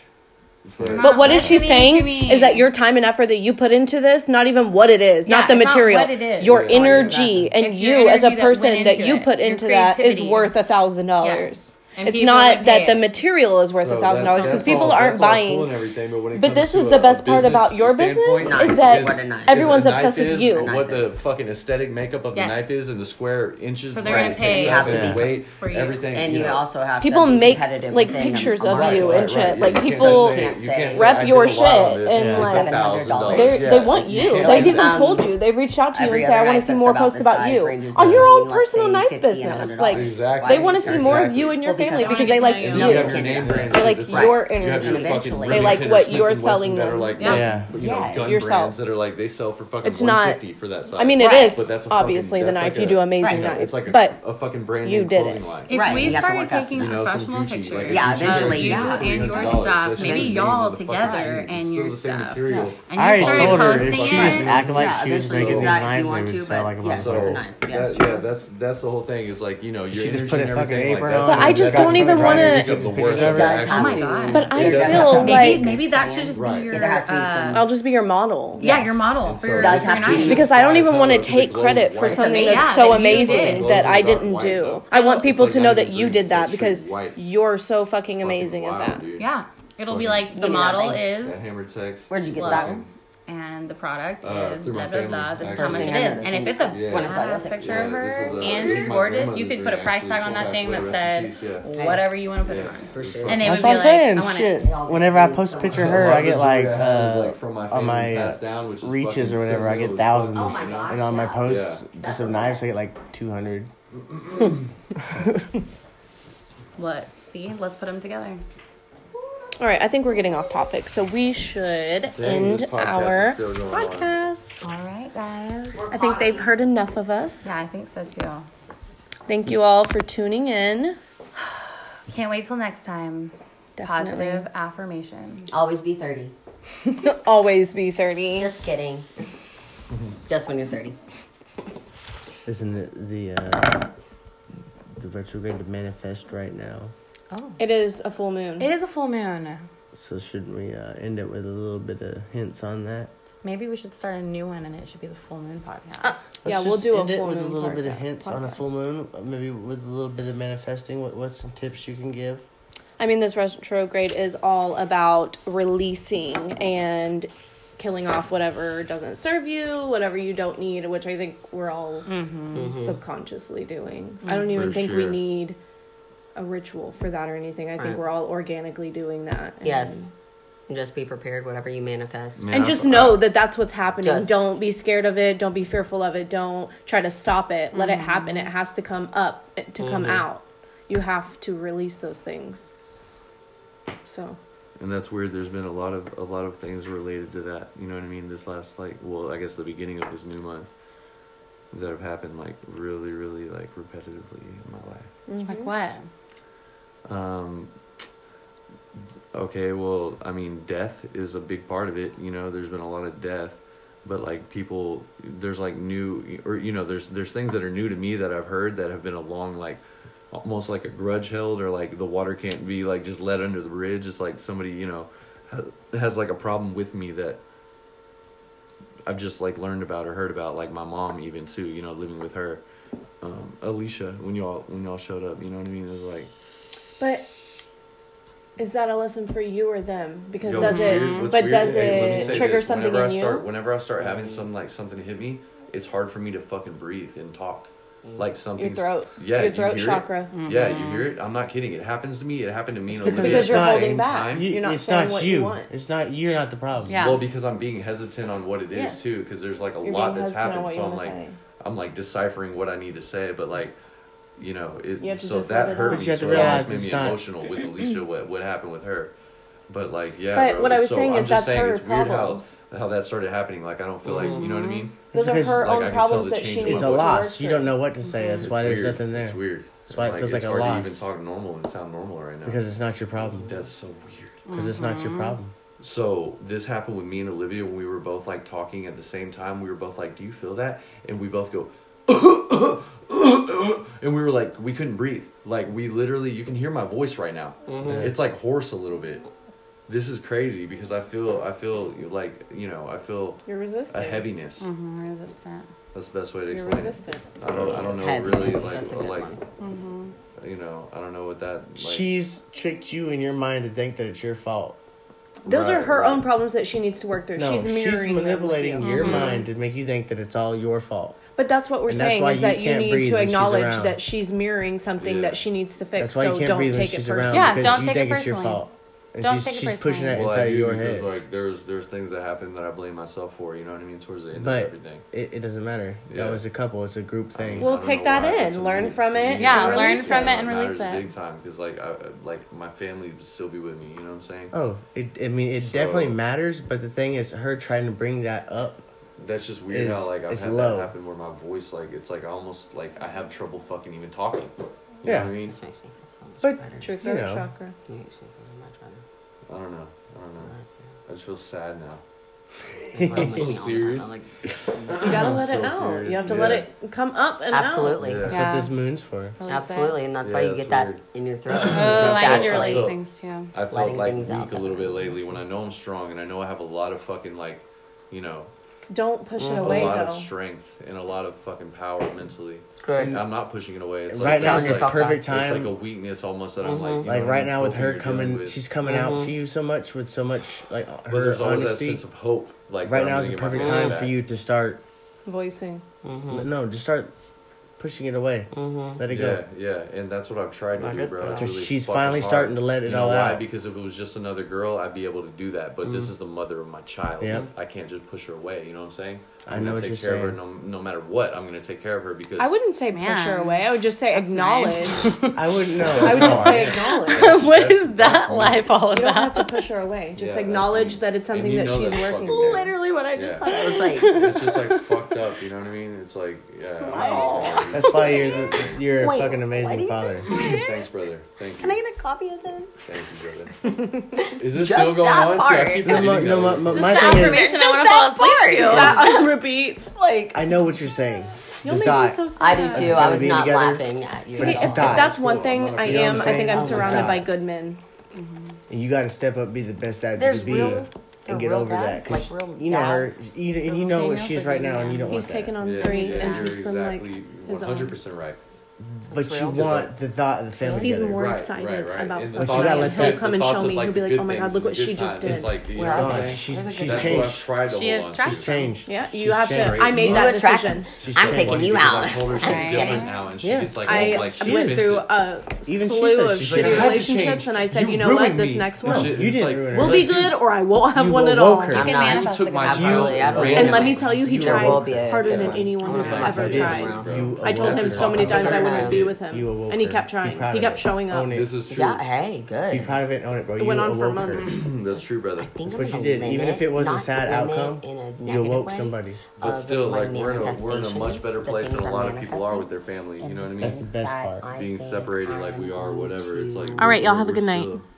S7: But-
S3: Not
S2: But what is she
S3: listening to
S2: saying
S3: me.
S2: is that your time and effort that you put into this, not even what it is,
S3: Yeah,
S2: not the
S3: it's not
S2: material,
S3: what it is.
S2: your
S3: It's
S7: not what it
S2: energy
S3: is.
S2: and
S3: It's your
S2: you as a
S3: energy that went
S2: person that,
S3: into
S2: you
S3: it,
S2: put
S3: your
S2: into that is
S3: creativity.
S2: worth a thousand dollars.
S3: Yes. And
S2: It's
S3: people
S2: not
S3: would
S2: that
S3: pay
S2: the
S3: it.
S2: material is worth
S7: So
S2: a thousand dollars
S7: that's-
S2: because
S7: that's
S2: people
S7: all-
S2: aren't
S7: that's all cool
S2: buying.
S7: and everything, but, when it
S2: But
S7: comes
S2: this
S7: to
S2: is the
S7: a
S2: best part
S7: business
S2: about your business
S7: standpoint,
S4: Knife
S2: is
S4: is
S2: that
S4: what a knife is.
S2: everyone's
S7: is a knife
S2: obsessed with
S7: is,
S2: you.
S7: What the
S4: is.
S7: fucking aesthetic makeup of
S3: Yes.
S7: the knife is and the square inches.
S3: So they're
S7: right,
S3: gonna
S7: it
S3: pay.
S7: takes up
S4: You have
S7: and
S4: to be
S7: weight,
S3: for you.
S7: everything.
S4: and you,
S7: know.
S4: also have to
S2: People
S4: be
S2: make,
S4: competitive
S2: like,
S4: within
S2: pictures
S4: a
S2: of
S4: market.
S2: you and shit. Like,
S7: you can't
S2: people
S7: say- you can't say,
S2: rep
S7: "I
S2: your
S7: did a lot on
S2: shit
S7: this."
S2: and,
S7: It's
S2: like,
S7: $1,000.
S2: They
S7: Yeah,
S2: they want you.
S7: can't
S2: They've
S7: do
S2: even
S7: that.
S2: told you. They've reached out to you
S4: Every
S2: and said,
S4: other
S2: "I want
S4: knife
S2: to see
S4: that's
S2: more
S4: about
S2: posts
S4: this
S2: about
S4: size
S2: you
S4: ranges
S2: on your
S4: between,
S2: own
S4: let's
S2: personal
S4: say,
S2: knife
S4: 50 and
S2: business."
S4: $100.
S2: Like
S7: Exactly.
S2: they want to see more of you and your
S4: Well, because
S2: family
S4: I
S3: wanna
S2: because they
S3: get
S2: like
S3: to
S7: And
S3: know
S7: you
S2: you.
S7: have your name brand.
S2: They
S7: shit
S2: like
S7: that's
S2: your
S7: You have your
S2: energy.
S7: fucking
S4: They
S7: Remington
S2: like
S7: or
S2: what
S7: Smith
S2: you're
S7: and Wesson
S2: selling
S7: that
S2: them.
S7: are like
S3: Yeah.
S6: Yeah.
S7: you know,
S4: Yeah.
S7: gun
S2: Yourself.
S7: brands that are like they sell for fucking
S2: It's not-
S7: 150 for that size.
S2: I mean, it
S3: Right.
S2: is
S7: But that's a fucking-
S2: obviously the
S7: that's
S2: knife.
S7: like
S2: you
S7: a-
S2: do amazing
S4: Right.
S2: knives,
S7: It's like a,
S2: but
S7: a fucking brand
S2: you
S7: name
S2: did
S7: clothing
S2: it.
S7: line.
S3: If
S4: Right, you
S3: we
S4: have to
S3: started
S4: work up to
S3: taking
S4: that.
S7: You know, some
S3: professional
S7: Gucci, like,
S3: pictures
S7: if
S4: Yeah,
S3: of
S4: eventually,
S3: you
S4: yeah.
S3: and your
S7: $300,
S3: stuff,
S7: that's
S3: maybe
S7: just
S3: y'all
S7: the fucking
S3: together
S7: shoes. It's
S3: and
S7: still
S3: your
S7: the same
S3: stuff.
S7: material.
S3: And
S6: I
S3: you
S6: already
S3: started
S6: told her if
S3: posting
S6: she
S3: it.
S6: just acted like
S4: Yeah,
S6: she was
S4: eventually
S6: making
S7: you
S6: these
S7: do that
S4: if you
S6: knives, they
S4: want
S6: would
S4: to,
S6: sell
S4: but
S6: like a
S4: yeah,
S6: motherfucker.
S4: so-
S7: So
S4: knife, yeah,
S7: that-
S4: sure.
S7: yeah, that's that's the whole thing. Is like you know, your
S6: She just
S7: energy
S6: put a
S7: and
S6: fucking
S7: everything, like,
S6: apron
S7: that's
S6: on.
S7: the-
S6: But I just
S7: that's
S2: don't
S7: the
S2: even
S7: brand
S2: wanna-
S7: that becomes the
S6: It
S7: worst
S6: does
S7: actual-
S3: Oh my God.
S2: But I
S7: It does
S2: feel
S7: have to be
S2: like-
S3: Maybe, maybe that should just
S7: Right.
S3: be your
S4: There has to be
S3: uh,
S4: some-
S2: I'll just be your model.
S3: yeah
S4: Yes.
S3: your model
S7: And
S3: for
S7: so
S3: your,
S4: does
S3: for your
S4: have to be-
S3: knife.
S2: because I don't even
S7: Guys,
S2: want to
S7: how does it
S2: take
S7: glow
S2: credit for
S7: white?
S2: something
S3: Yeah,
S2: that's so
S3: that you did.
S2: amazing
S3: Glows
S2: that
S7: in
S2: I
S7: dark
S2: didn't
S7: white,
S2: do.
S7: though.
S2: I
S7: It's
S2: want
S7: like
S2: people
S7: not
S2: to
S7: even
S2: know that
S7: green,
S2: you
S7: it's
S2: did that
S7: actually
S2: because
S7: white.
S2: you're so fucking
S7: fucking
S2: amazing at
S7: wild,
S2: that.
S7: dude.
S3: Yeah, it'll be
S7: Fucking-
S3: like the
S4: Yeah,
S3: model
S4: like-
S3: is
S7: That hammered sex.
S4: Where'd you get
S3: Well,
S4: that one?
S3: and the product
S7: Uh,
S3: is
S7: through
S3: blah
S7: my
S3: blah
S7: family,
S3: blah. This is how
S7: actually.
S3: much it
S4: Yeah.
S3: is, and if it's a
S7: Yeah.
S4: When I saw
S3: badass
S4: this, I was like,
S3: picture
S7: yeah,
S3: of
S7: this
S3: her
S7: is, uh,
S3: and
S7: this is
S3: she's
S7: my
S3: gorgeous,
S7: grandmother's
S3: you could
S7: right,
S3: put a price
S7: actually.
S3: tag on
S7: She
S3: that thing
S7: passed
S3: that
S7: away,
S3: said
S7: rest in peace, yeah.
S3: whatever you want to put it
S7: Yeah,
S3: on.
S7: for
S4: sure.
S7: sure.
S3: And they
S6: That's what
S3: would be
S6: I'm
S3: like,
S6: saying.
S3: I want
S6: Shit.
S3: it.
S6: Whenever I post a picture of her, I get like uh, on my
S7: down,
S6: reaches or whatever, I get thousands,
S4: Oh my gosh,
S6: and on my
S4: yeah.
S6: posts
S7: Yeah.
S6: just of knives, I get like two hundred.
S3: What? See, let's put them together.
S2: All right, I think we're getting off topic, so we should end our podcast.
S3: All right, guys.
S2: I think they've heard enough of us.
S3: Yeah, I think so too.
S2: Thank you all for tuning in.
S3: Can't wait till next time.
S2: Definitely.
S3: Positive affirmation.
S4: Always be 30.
S2: Always be 30.
S4: Just kidding.
S7: Mm-hmm.
S4: Just when you're 30.
S6: Isn't it the uh, the retrograde manifest right now?
S2: It is a full moon.
S3: Oh. It is a full moon.
S6: So shouldn't we uh, end it with a little bit of hints on that?
S3: Maybe we should start a new one, and it should be the full moon podcast.
S2: Yeah,
S6: Let's
S2: we'll
S6: just
S2: do a
S6: end it
S2: full
S6: with
S2: moon
S6: a little bit of
S2: podcast-
S6: hints on a full moon, uh, maybe with a little bit of manifesting. What what's some tips you can give?
S2: I mean, this retrograde is all about releasing and killing off whatever doesn't serve you, whatever you don't need, which I think we're all
S3: Mm-hmm.
S4: Mm-hmm.
S2: subconsciously doing. I don't even think we
S7: sure.
S2: need a ritual for that or anything. I think
S4: Right.
S2: we're all organically doing that. and-
S4: Yes. And just be prepared, whatever you manifest.
S7: Man,
S2: And
S7: I-
S2: just know that that's what's happening.
S4: Just-
S2: don't be scared of it. Don't be fearful of it. Don't try to stop it. Let it happen. It has to come up, it- to come out. You have to release those things. So,
S7: and that's weird. There's been a lot of a lot of things related to that. You know what I mean? This last like, well, I guess the beginning of this new month that have happened like really, really like repetitively in my life.
S3: Mm-hmm.
S2: mm-hmm.
S8: Like what?
S7: Um, okay, well, I mean, death is a big part of it. You know, there's been a lot of death, but like people, there's like new, or you know, there's there's things that are new to me that I've heard that have been a long like, almost like a grudge held, or like the water can't be like just let under the bridge. It's like somebody, you know, ha- has like a problem with me that. I've just like learned about or heard about like my mom even too, you know, living with her, um, Alicia when y'all when y'all showed up, you know what I mean? It was like
S2: but is that a lesson for you or them? Because
S7: Yo,
S2: does
S7: what's
S2: it,
S7: weird- what's
S2: but
S7: weird-
S2: does
S7: hey, let me
S2: it
S7: say
S2: trigger
S7: this.
S2: something
S7: whenever
S2: in
S7: I
S2: you?
S7: start, Whenever I start having some like something hit me, it's hard for me to fucking breathe and talk. Like something.
S2: throat.
S7: Yeah,
S2: Your
S7: you
S2: throat
S7: hear it.
S2: chakra. Mm-hmm.
S7: Yeah, you hear it. I'm not kidding. It happens to me. It happened to me. and
S6: because
S7: Olivia
S6: Because
S7: at
S6: you're
S7: the
S6: holding
S7: same
S2: back.
S7: time.
S2: You're not
S6: it's
S2: saying
S6: not
S2: what
S6: you.
S2: you want.
S6: It's not you're not the problem.
S8: Yeah.
S7: Well, because I'm being hesitant on what it is
S2: Yes.
S7: too, because there's like a
S2: You're
S7: lot
S2: being
S7: that's
S2: hesitant on
S7: happened.
S2: what
S7: So
S2: you
S7: I'm
S2: wanna
S7: like,
S2: say.
S7: I'm like deciphering what I need to say, but like, you know, it.
S2: You have to
S7: so
S2: just let
S7: that
S2: it
S7: hurt
S2: out. But
S7: me.
S6: you have to
S7: so it almost
S6: realize
S7: made
S6: it's
S7: me
S6: not-
S7: emotional with Alicia. What what happened with her? But like, yeah.
S2: But
S7: bro,
S2: what I was
S7: so
S2: saying
S7: I'm
S2: is that's
S7: just saying
S2: her
S7: it's weird
S2: problems.
S7: how how that started happening. Like I don't feel like you
S2: Mm-hmm.
S7: know what I mean.
S2: Those are
S6: because,
S2: her
S7: like, I
S2: own
S7: can tell
S2: problems
S7: the
S2: that
S7: change
S2: she
S7: in
S2: needs
S6: It's
S7: my
S6: a
S2: to work
S6: loss. You
S2: through.
S6: don't know what to say. That's
S7: It's
S6: why there's
S7: weird.
S6: nothing there.
S7: It's weird.
S6: That's why it
S7: Like,
S6: feels like
S7: it's
S6: a
S7: hard
S6: loss.
S7: to even talk normal and sound normal right now.
S6: Because it's not your problem.
S7: that's so weird.
S6: Because it's not
S2: Mm-hmm.
S6: your problem.
S7: So this happened with me and Olivia when we were both like talking at the same time. We were both like, "Do you feel that?" And we both go, and we were like, we couldn't breathe. Like we literally, you can hear my voice right now. It's like hoarse a little bit. This is crazy because I feel, I feel like you know, I feel
S2: You're resistant.
S7: a heaviness.
S3: Mm-hmm,
S8: Mm, resistant.
S7: That's the best way to
S2: You're
S7: explain it.
S2: resistant.
S7: I don't, I don't know
S4: Heaviness,
S7: really like, uh,
S4: that's a good
S7: like, uh, you know, I don't know what that. Like,
S6: She's tricked you in your mind to think that it's your fault.
S2: Those are
S7: Right,
S2: her
S7: right.
S2: own problems that she needs to work through.
S6: No,
S2: she's
S6: she's,
S2: mirroring them with
S6: manipulating
S2: you.
S6: your
S8: Mm-hmm.
S6: mind to make you think that it's all your fault.
S2: But that's what we're
S6: And that's
S2: saying
S6: why
S2: is
S6: you
S2: that you
S6: can't
S2: need
S6: breathe
S2: to
S6: when she's
S2: acknowledge
S6: around.
S2: that she's mirroring something
S7: Yeah.
S2: that she needs to
S6: That's
S2: fix.
S6: why
S2: So
S6: you can't
S2: don't
S6: breathe when
S2: take it
S6: she's
S2: personally.
S6: around
S8: Yeah,
S6: because
S8: don't
S6: you
S8: take it
S6: think it's your
S8: personally.
S6: fault. And
S8: Don't
S6: she's,
S8: take it
S6: she's
S8: personally.
S6: pushing that
S7: Well,
S6: inside
S7: I
S6: of
S7: do
S6: your
S7: because
S6: head.
S7: like there's there's things that happen that I blame myself for. You know what I mean? Towards the end
S6: but
S7: of everything.
S6: it, it doesn't matter.
S7: Yeah. Uh,
S6: That was a couple. It's a group thing.
S2: Well,
S7: I don't
S2: take
S7: know why,
S2: that
S7: but
S2: in,
S7: to
S2: learn
S7: me-
S2: from
S7: to
S2: it,
S7: me,
S2: Yeah, learn
S7: it matters.
S8: from it and release
S7: matters
S8: it.
S7: Big time because like I like my family would still be with me. You know what I'm saying?
S6: oh, it, I mean, it
S7: So-
S6: definitely matters. But the thing is, her trying to bring that up.
S7: That's just weird
S6: It's-
S7: how like I've
S6: it's
S7: had
S6: low.
S7: that happen where my voice like it's like I almost like I have trouble fucking even talking. You
S6: Yeah.
S7: know what I mean?
S6: But-
S2: True
S6: You
S2: throat
S6: know.
S2: chakra.
S7: I don't know. I don't know. I just feel sad now.
S4: I'm
S7: so serious.
S2: You gotta
S7: I'm
S2: let
S7: so
S2: it out.
S7: serious,
S2: You have to let
S7: yeah.
S2: it come up and
S4: Absolutely.
S7: Yeah.
S6: That's
S8: Yeah.
S6: what this moon's for.
S8: Release
S4: Absolutely. And that's why
S7: Yeah,
S4: you
S7: that's
S4: get that
S7: weird.
S4: in your throat.
S8: Oh,
S4: It's
S8: I need to
S4: actually-
S8: release things too.
S7: I felt
S4: letting
S7: like
S4: things
S7: weak
S4: out
S7: a
S4: that
S7: little
S4: way.
S7: bit lately when I know I'm strong and I know I have a lot of fucking like, you know,
S2: out. Don't push it
S7: Mm, a
S2: away
S7: lot of
S2: though.
S7: strength and a lot of fucking power mentally.
S4: Correct.
S7: And I'm not pushing it away. It's
S6: right
S7: like,
S6: now
S4: telling
S6: is
S7: it's
S6: the
S4: yourself
S7: like,
S4: that.
S6: perfect
S7: it's like
S6: time.
S7: a
S6: Like,
S7: weakness almost that I'm like, you
S2: Mm-hmm.
S7: know what I
S6: right
S7: mean?
S6: now with
S7: What
S6: her
S7: you're dealing
S6: coming,
S7: with.
S6: she's coming
S8: Mm-hmm.
S6: out to you so much with so much like her
S7: But there's always that
S6: honesty.
S7: sense of hope. Like
S6: Right
S7: that I'm
S6: now is the
S7: gonna get my
S6: perfect
S7: family
S6: time
S7: back.
S6: for you to start.
S2: Voicing.
S6: No, just start pushing it away. Let it
S7: Yeah,
S6: go.
S7: yeah, and that's what I've tried to
S6: Like
S7: do,
S6: it,
S7: bro. It's
S6: because
S7: really
S6: she's
S7: fucking
S6: finally
S7: hard.
S6: starting to let it
S7: You know
S6: all
S7: why?
S6: out. Mm-hmm.
S7: Because if it was just another girl, I'd be able to do that. But this is the mother of my child.
S6: Yep.
S7: I can't just push her away. You know what I'm saying?
S6: I
S7: I'm
S6: know
S7: gonna
S6: what
S7: take
S6: you're
S7: care of her
S6: saying.
S7: no, no matter what. I'm gonna take care of her because
S2: I wouldn't say push her
S8: Man.
S2: away. I would just say acknowledge.
S8: nice.
S6: I wouldn't know.
S2: I
S6: It's
S2: would just
S6: hard.
S2: say acknowledge.
S8: what is
S7: that's
S8: that life all
S2: You don't
S8: about?
S2: have to push her away. Just
S7: Yeah,
S2: acknowledge
S7: that's-
S2: that it's
S7: and
S2: something
S7: you
S2: that
S7: know
S2: she's
S7: that's
S2: working.
S7: fucking-
S2: through. Literally, what I just
S7: Yeah.
S2: thought.
S4: I was like,
S7: it's just like fucked up. You know what I mean? It's like yeah. I don't know.
S6: That's why you're the, you're
S4: Wait,
S6: a fucking
S4: why do
S6: amazing
S4: you
S6: father.
S7: Thanks, brother. Thank you.
S4: Can I get a copy of this?
S7: Thank you, brother. Is this
S4: Just
S7: still going
S4: that
S7: on? See,
S4: part.
S7: I keep
S6: No, my,
S7: editing
S6: no, my,
S7: that.
S6: my,
S8: Just
S6: my
S8: the
S6: thing is,
S8: affirmation I want to fall asleep to.
S2: That on repeat. Like
S6: I know what you're saying.
S2: you'll
S6: The
S2: make me
S6: dot.
S2: so sad.
S4: I do too. I
S6: Gotta
S4: was
S6: be
S4: not
S6: together.
S4: laughing at you.
S6: But
S4: at
S6: it's
S4: all.
S6: a dot.
S2: That's one thing I
S6: You know what
S2: am.
S6: I'm
S2: I think
S6: saying?
S2: I'm
S6: It's a
S2: surrounded
S6: dot.
S2: by good men.
S6: And you got to step up, be the best dad you
S4: There's
S6: can be,
S4: real- they're
S6: and get
S4: real
S6: over that.
S4: dads, like
S6: 'cause
S4: real
S6: you know her,
S4: dads.
S6: you, and you know what
S8: Daniel's
S6: she is
S8: like
S6: right
S8: a
S6: now, and you don't
S2: He's
S6: want
S2: taken
S6: that.
S2: on
S7: Yeah,
S2: threes
S7: yeah,
S2: and
S7: you're
S2: treats them like
S7: exactly
S2: his
S7: 100
S2: own.
S7: percent right.
S6: but you want the thought of the family
S2: He's
S6: together.
S2: more
S7: Right,
S2: excited
S7: right, right.
S2: about
S7: And the
S2: something.
S7: thoughts
S6: He'll
S7: of
S6: come
S7: good-
S2: and
S7: the
S2: show
S7: thoughts of,
S2: me.
S7: like,
S2: He'll
S7: the
S2: be like,
S7: good
S2: "Oh my God,
S7: things,
S2: look
S7: the
S2: what
S7: good
S2: she just
S7: times." It's
S2: did.
S7: like, he's
S8: Where are
S7: gone.
S8: they?
S6: She-
S8: Where are they
S6: she's
S8: going?
S7: That's
S6: changed.
S7: what I've tried to
S8: She
S7: hold on to.
S8: attracts
S6: She's changed.
S2: Yeah, you
S6: She's
S2: have
S6: changed.
S2: to. I made
S4: You
S2: that
S4: attract-
S2: decision.
S6: She's
S4: I'm
S6: changed.
S4: taking you
S7: Because I
S4: out.
S7: told her she's
S8: Okay.
S7: different now, and she
S6: Yeah.
S7: gets like,
S2: I
S7: all, like she
S2: went
S7: fits
S2: through
S7: it.
S2: a
S6: Even she
S2: slew
S6: says
S2: of
S6: she's like,
S2: shitty
S6: "I had to
S2: relationships,
S6: change.
S2: and I said,
S6: You
S2: you, know what,
S6: ruined
S2: this
S6: me."
S2: next
S6: No,
S2: one
S6: you
S7: It's
S6: didn't
S7: like,
S6: ruin it.
S2: will be good, or I won't have
S6: You
S2: one
S6: will
S2: at all.
S6: woke her.
S4: I'm
S6: You
S8: can
S4: not.
S8: manifest
S7: took
S8: it.
S7: my
S4: Absolutely,
S7: child
S4: I
S7: away.
S4: ran
S2: And
S4: it
S2: let me
S4: away.
S2: tell you, he
S4: There will
S2: tried
S4: be a
S2: harder
S4: good
S2: than
S4: one.
S2: anyone
S4: I'm
S2: has
S4: gonna
S2: ever
S4: find
S6: You-
S4: that.
S2: tried.
S6: you
S2: I told
S6: awoke
S2: him
S6: her.
S2: so many times I
S4: her.
S2: wouldn't be with
S6: You
S2: him,
S6: awoke
S2: and he
S6: her.
S2: kept
S6: Be
S2: trying.
S6: proud
S2: He
S6: of
S2: kept
S6: it.
S2: showing up.
S6: Own it.
S7: This is true.
S4: Yeah, hey, good.
S6: Be proud of it and own it, bro.
S2: went
S6: you
S2: on for
S6: awoke her.
S2: months.
S7: That's true, brother.
S4: think
S6: That's
S4: I'm
S6: what you
S4: gonna
S6: did.
S4: win
S6: Even
S4: it,
S6: if it was a
S4: not
S6: sad
S4: win it
S6: outcome,
S4: in a
S6: you
S4: negative
S6: awoke
S4: way,
S6: somebody.
S7: But
S4: of
S7: still,
S4: my
S7: like we're in a we're in a much
S4: manifestation,
S7: better
S4: the
S7: place
S4: than
S7: than a lot of people are with their family. You know what I mean?
S6: That's the best part.
S7: Being separated like we are, whatever. It's like
S8: All right,
S7: we're-
S8: y'all have a
S7: we're
S8: good night.
S7: still-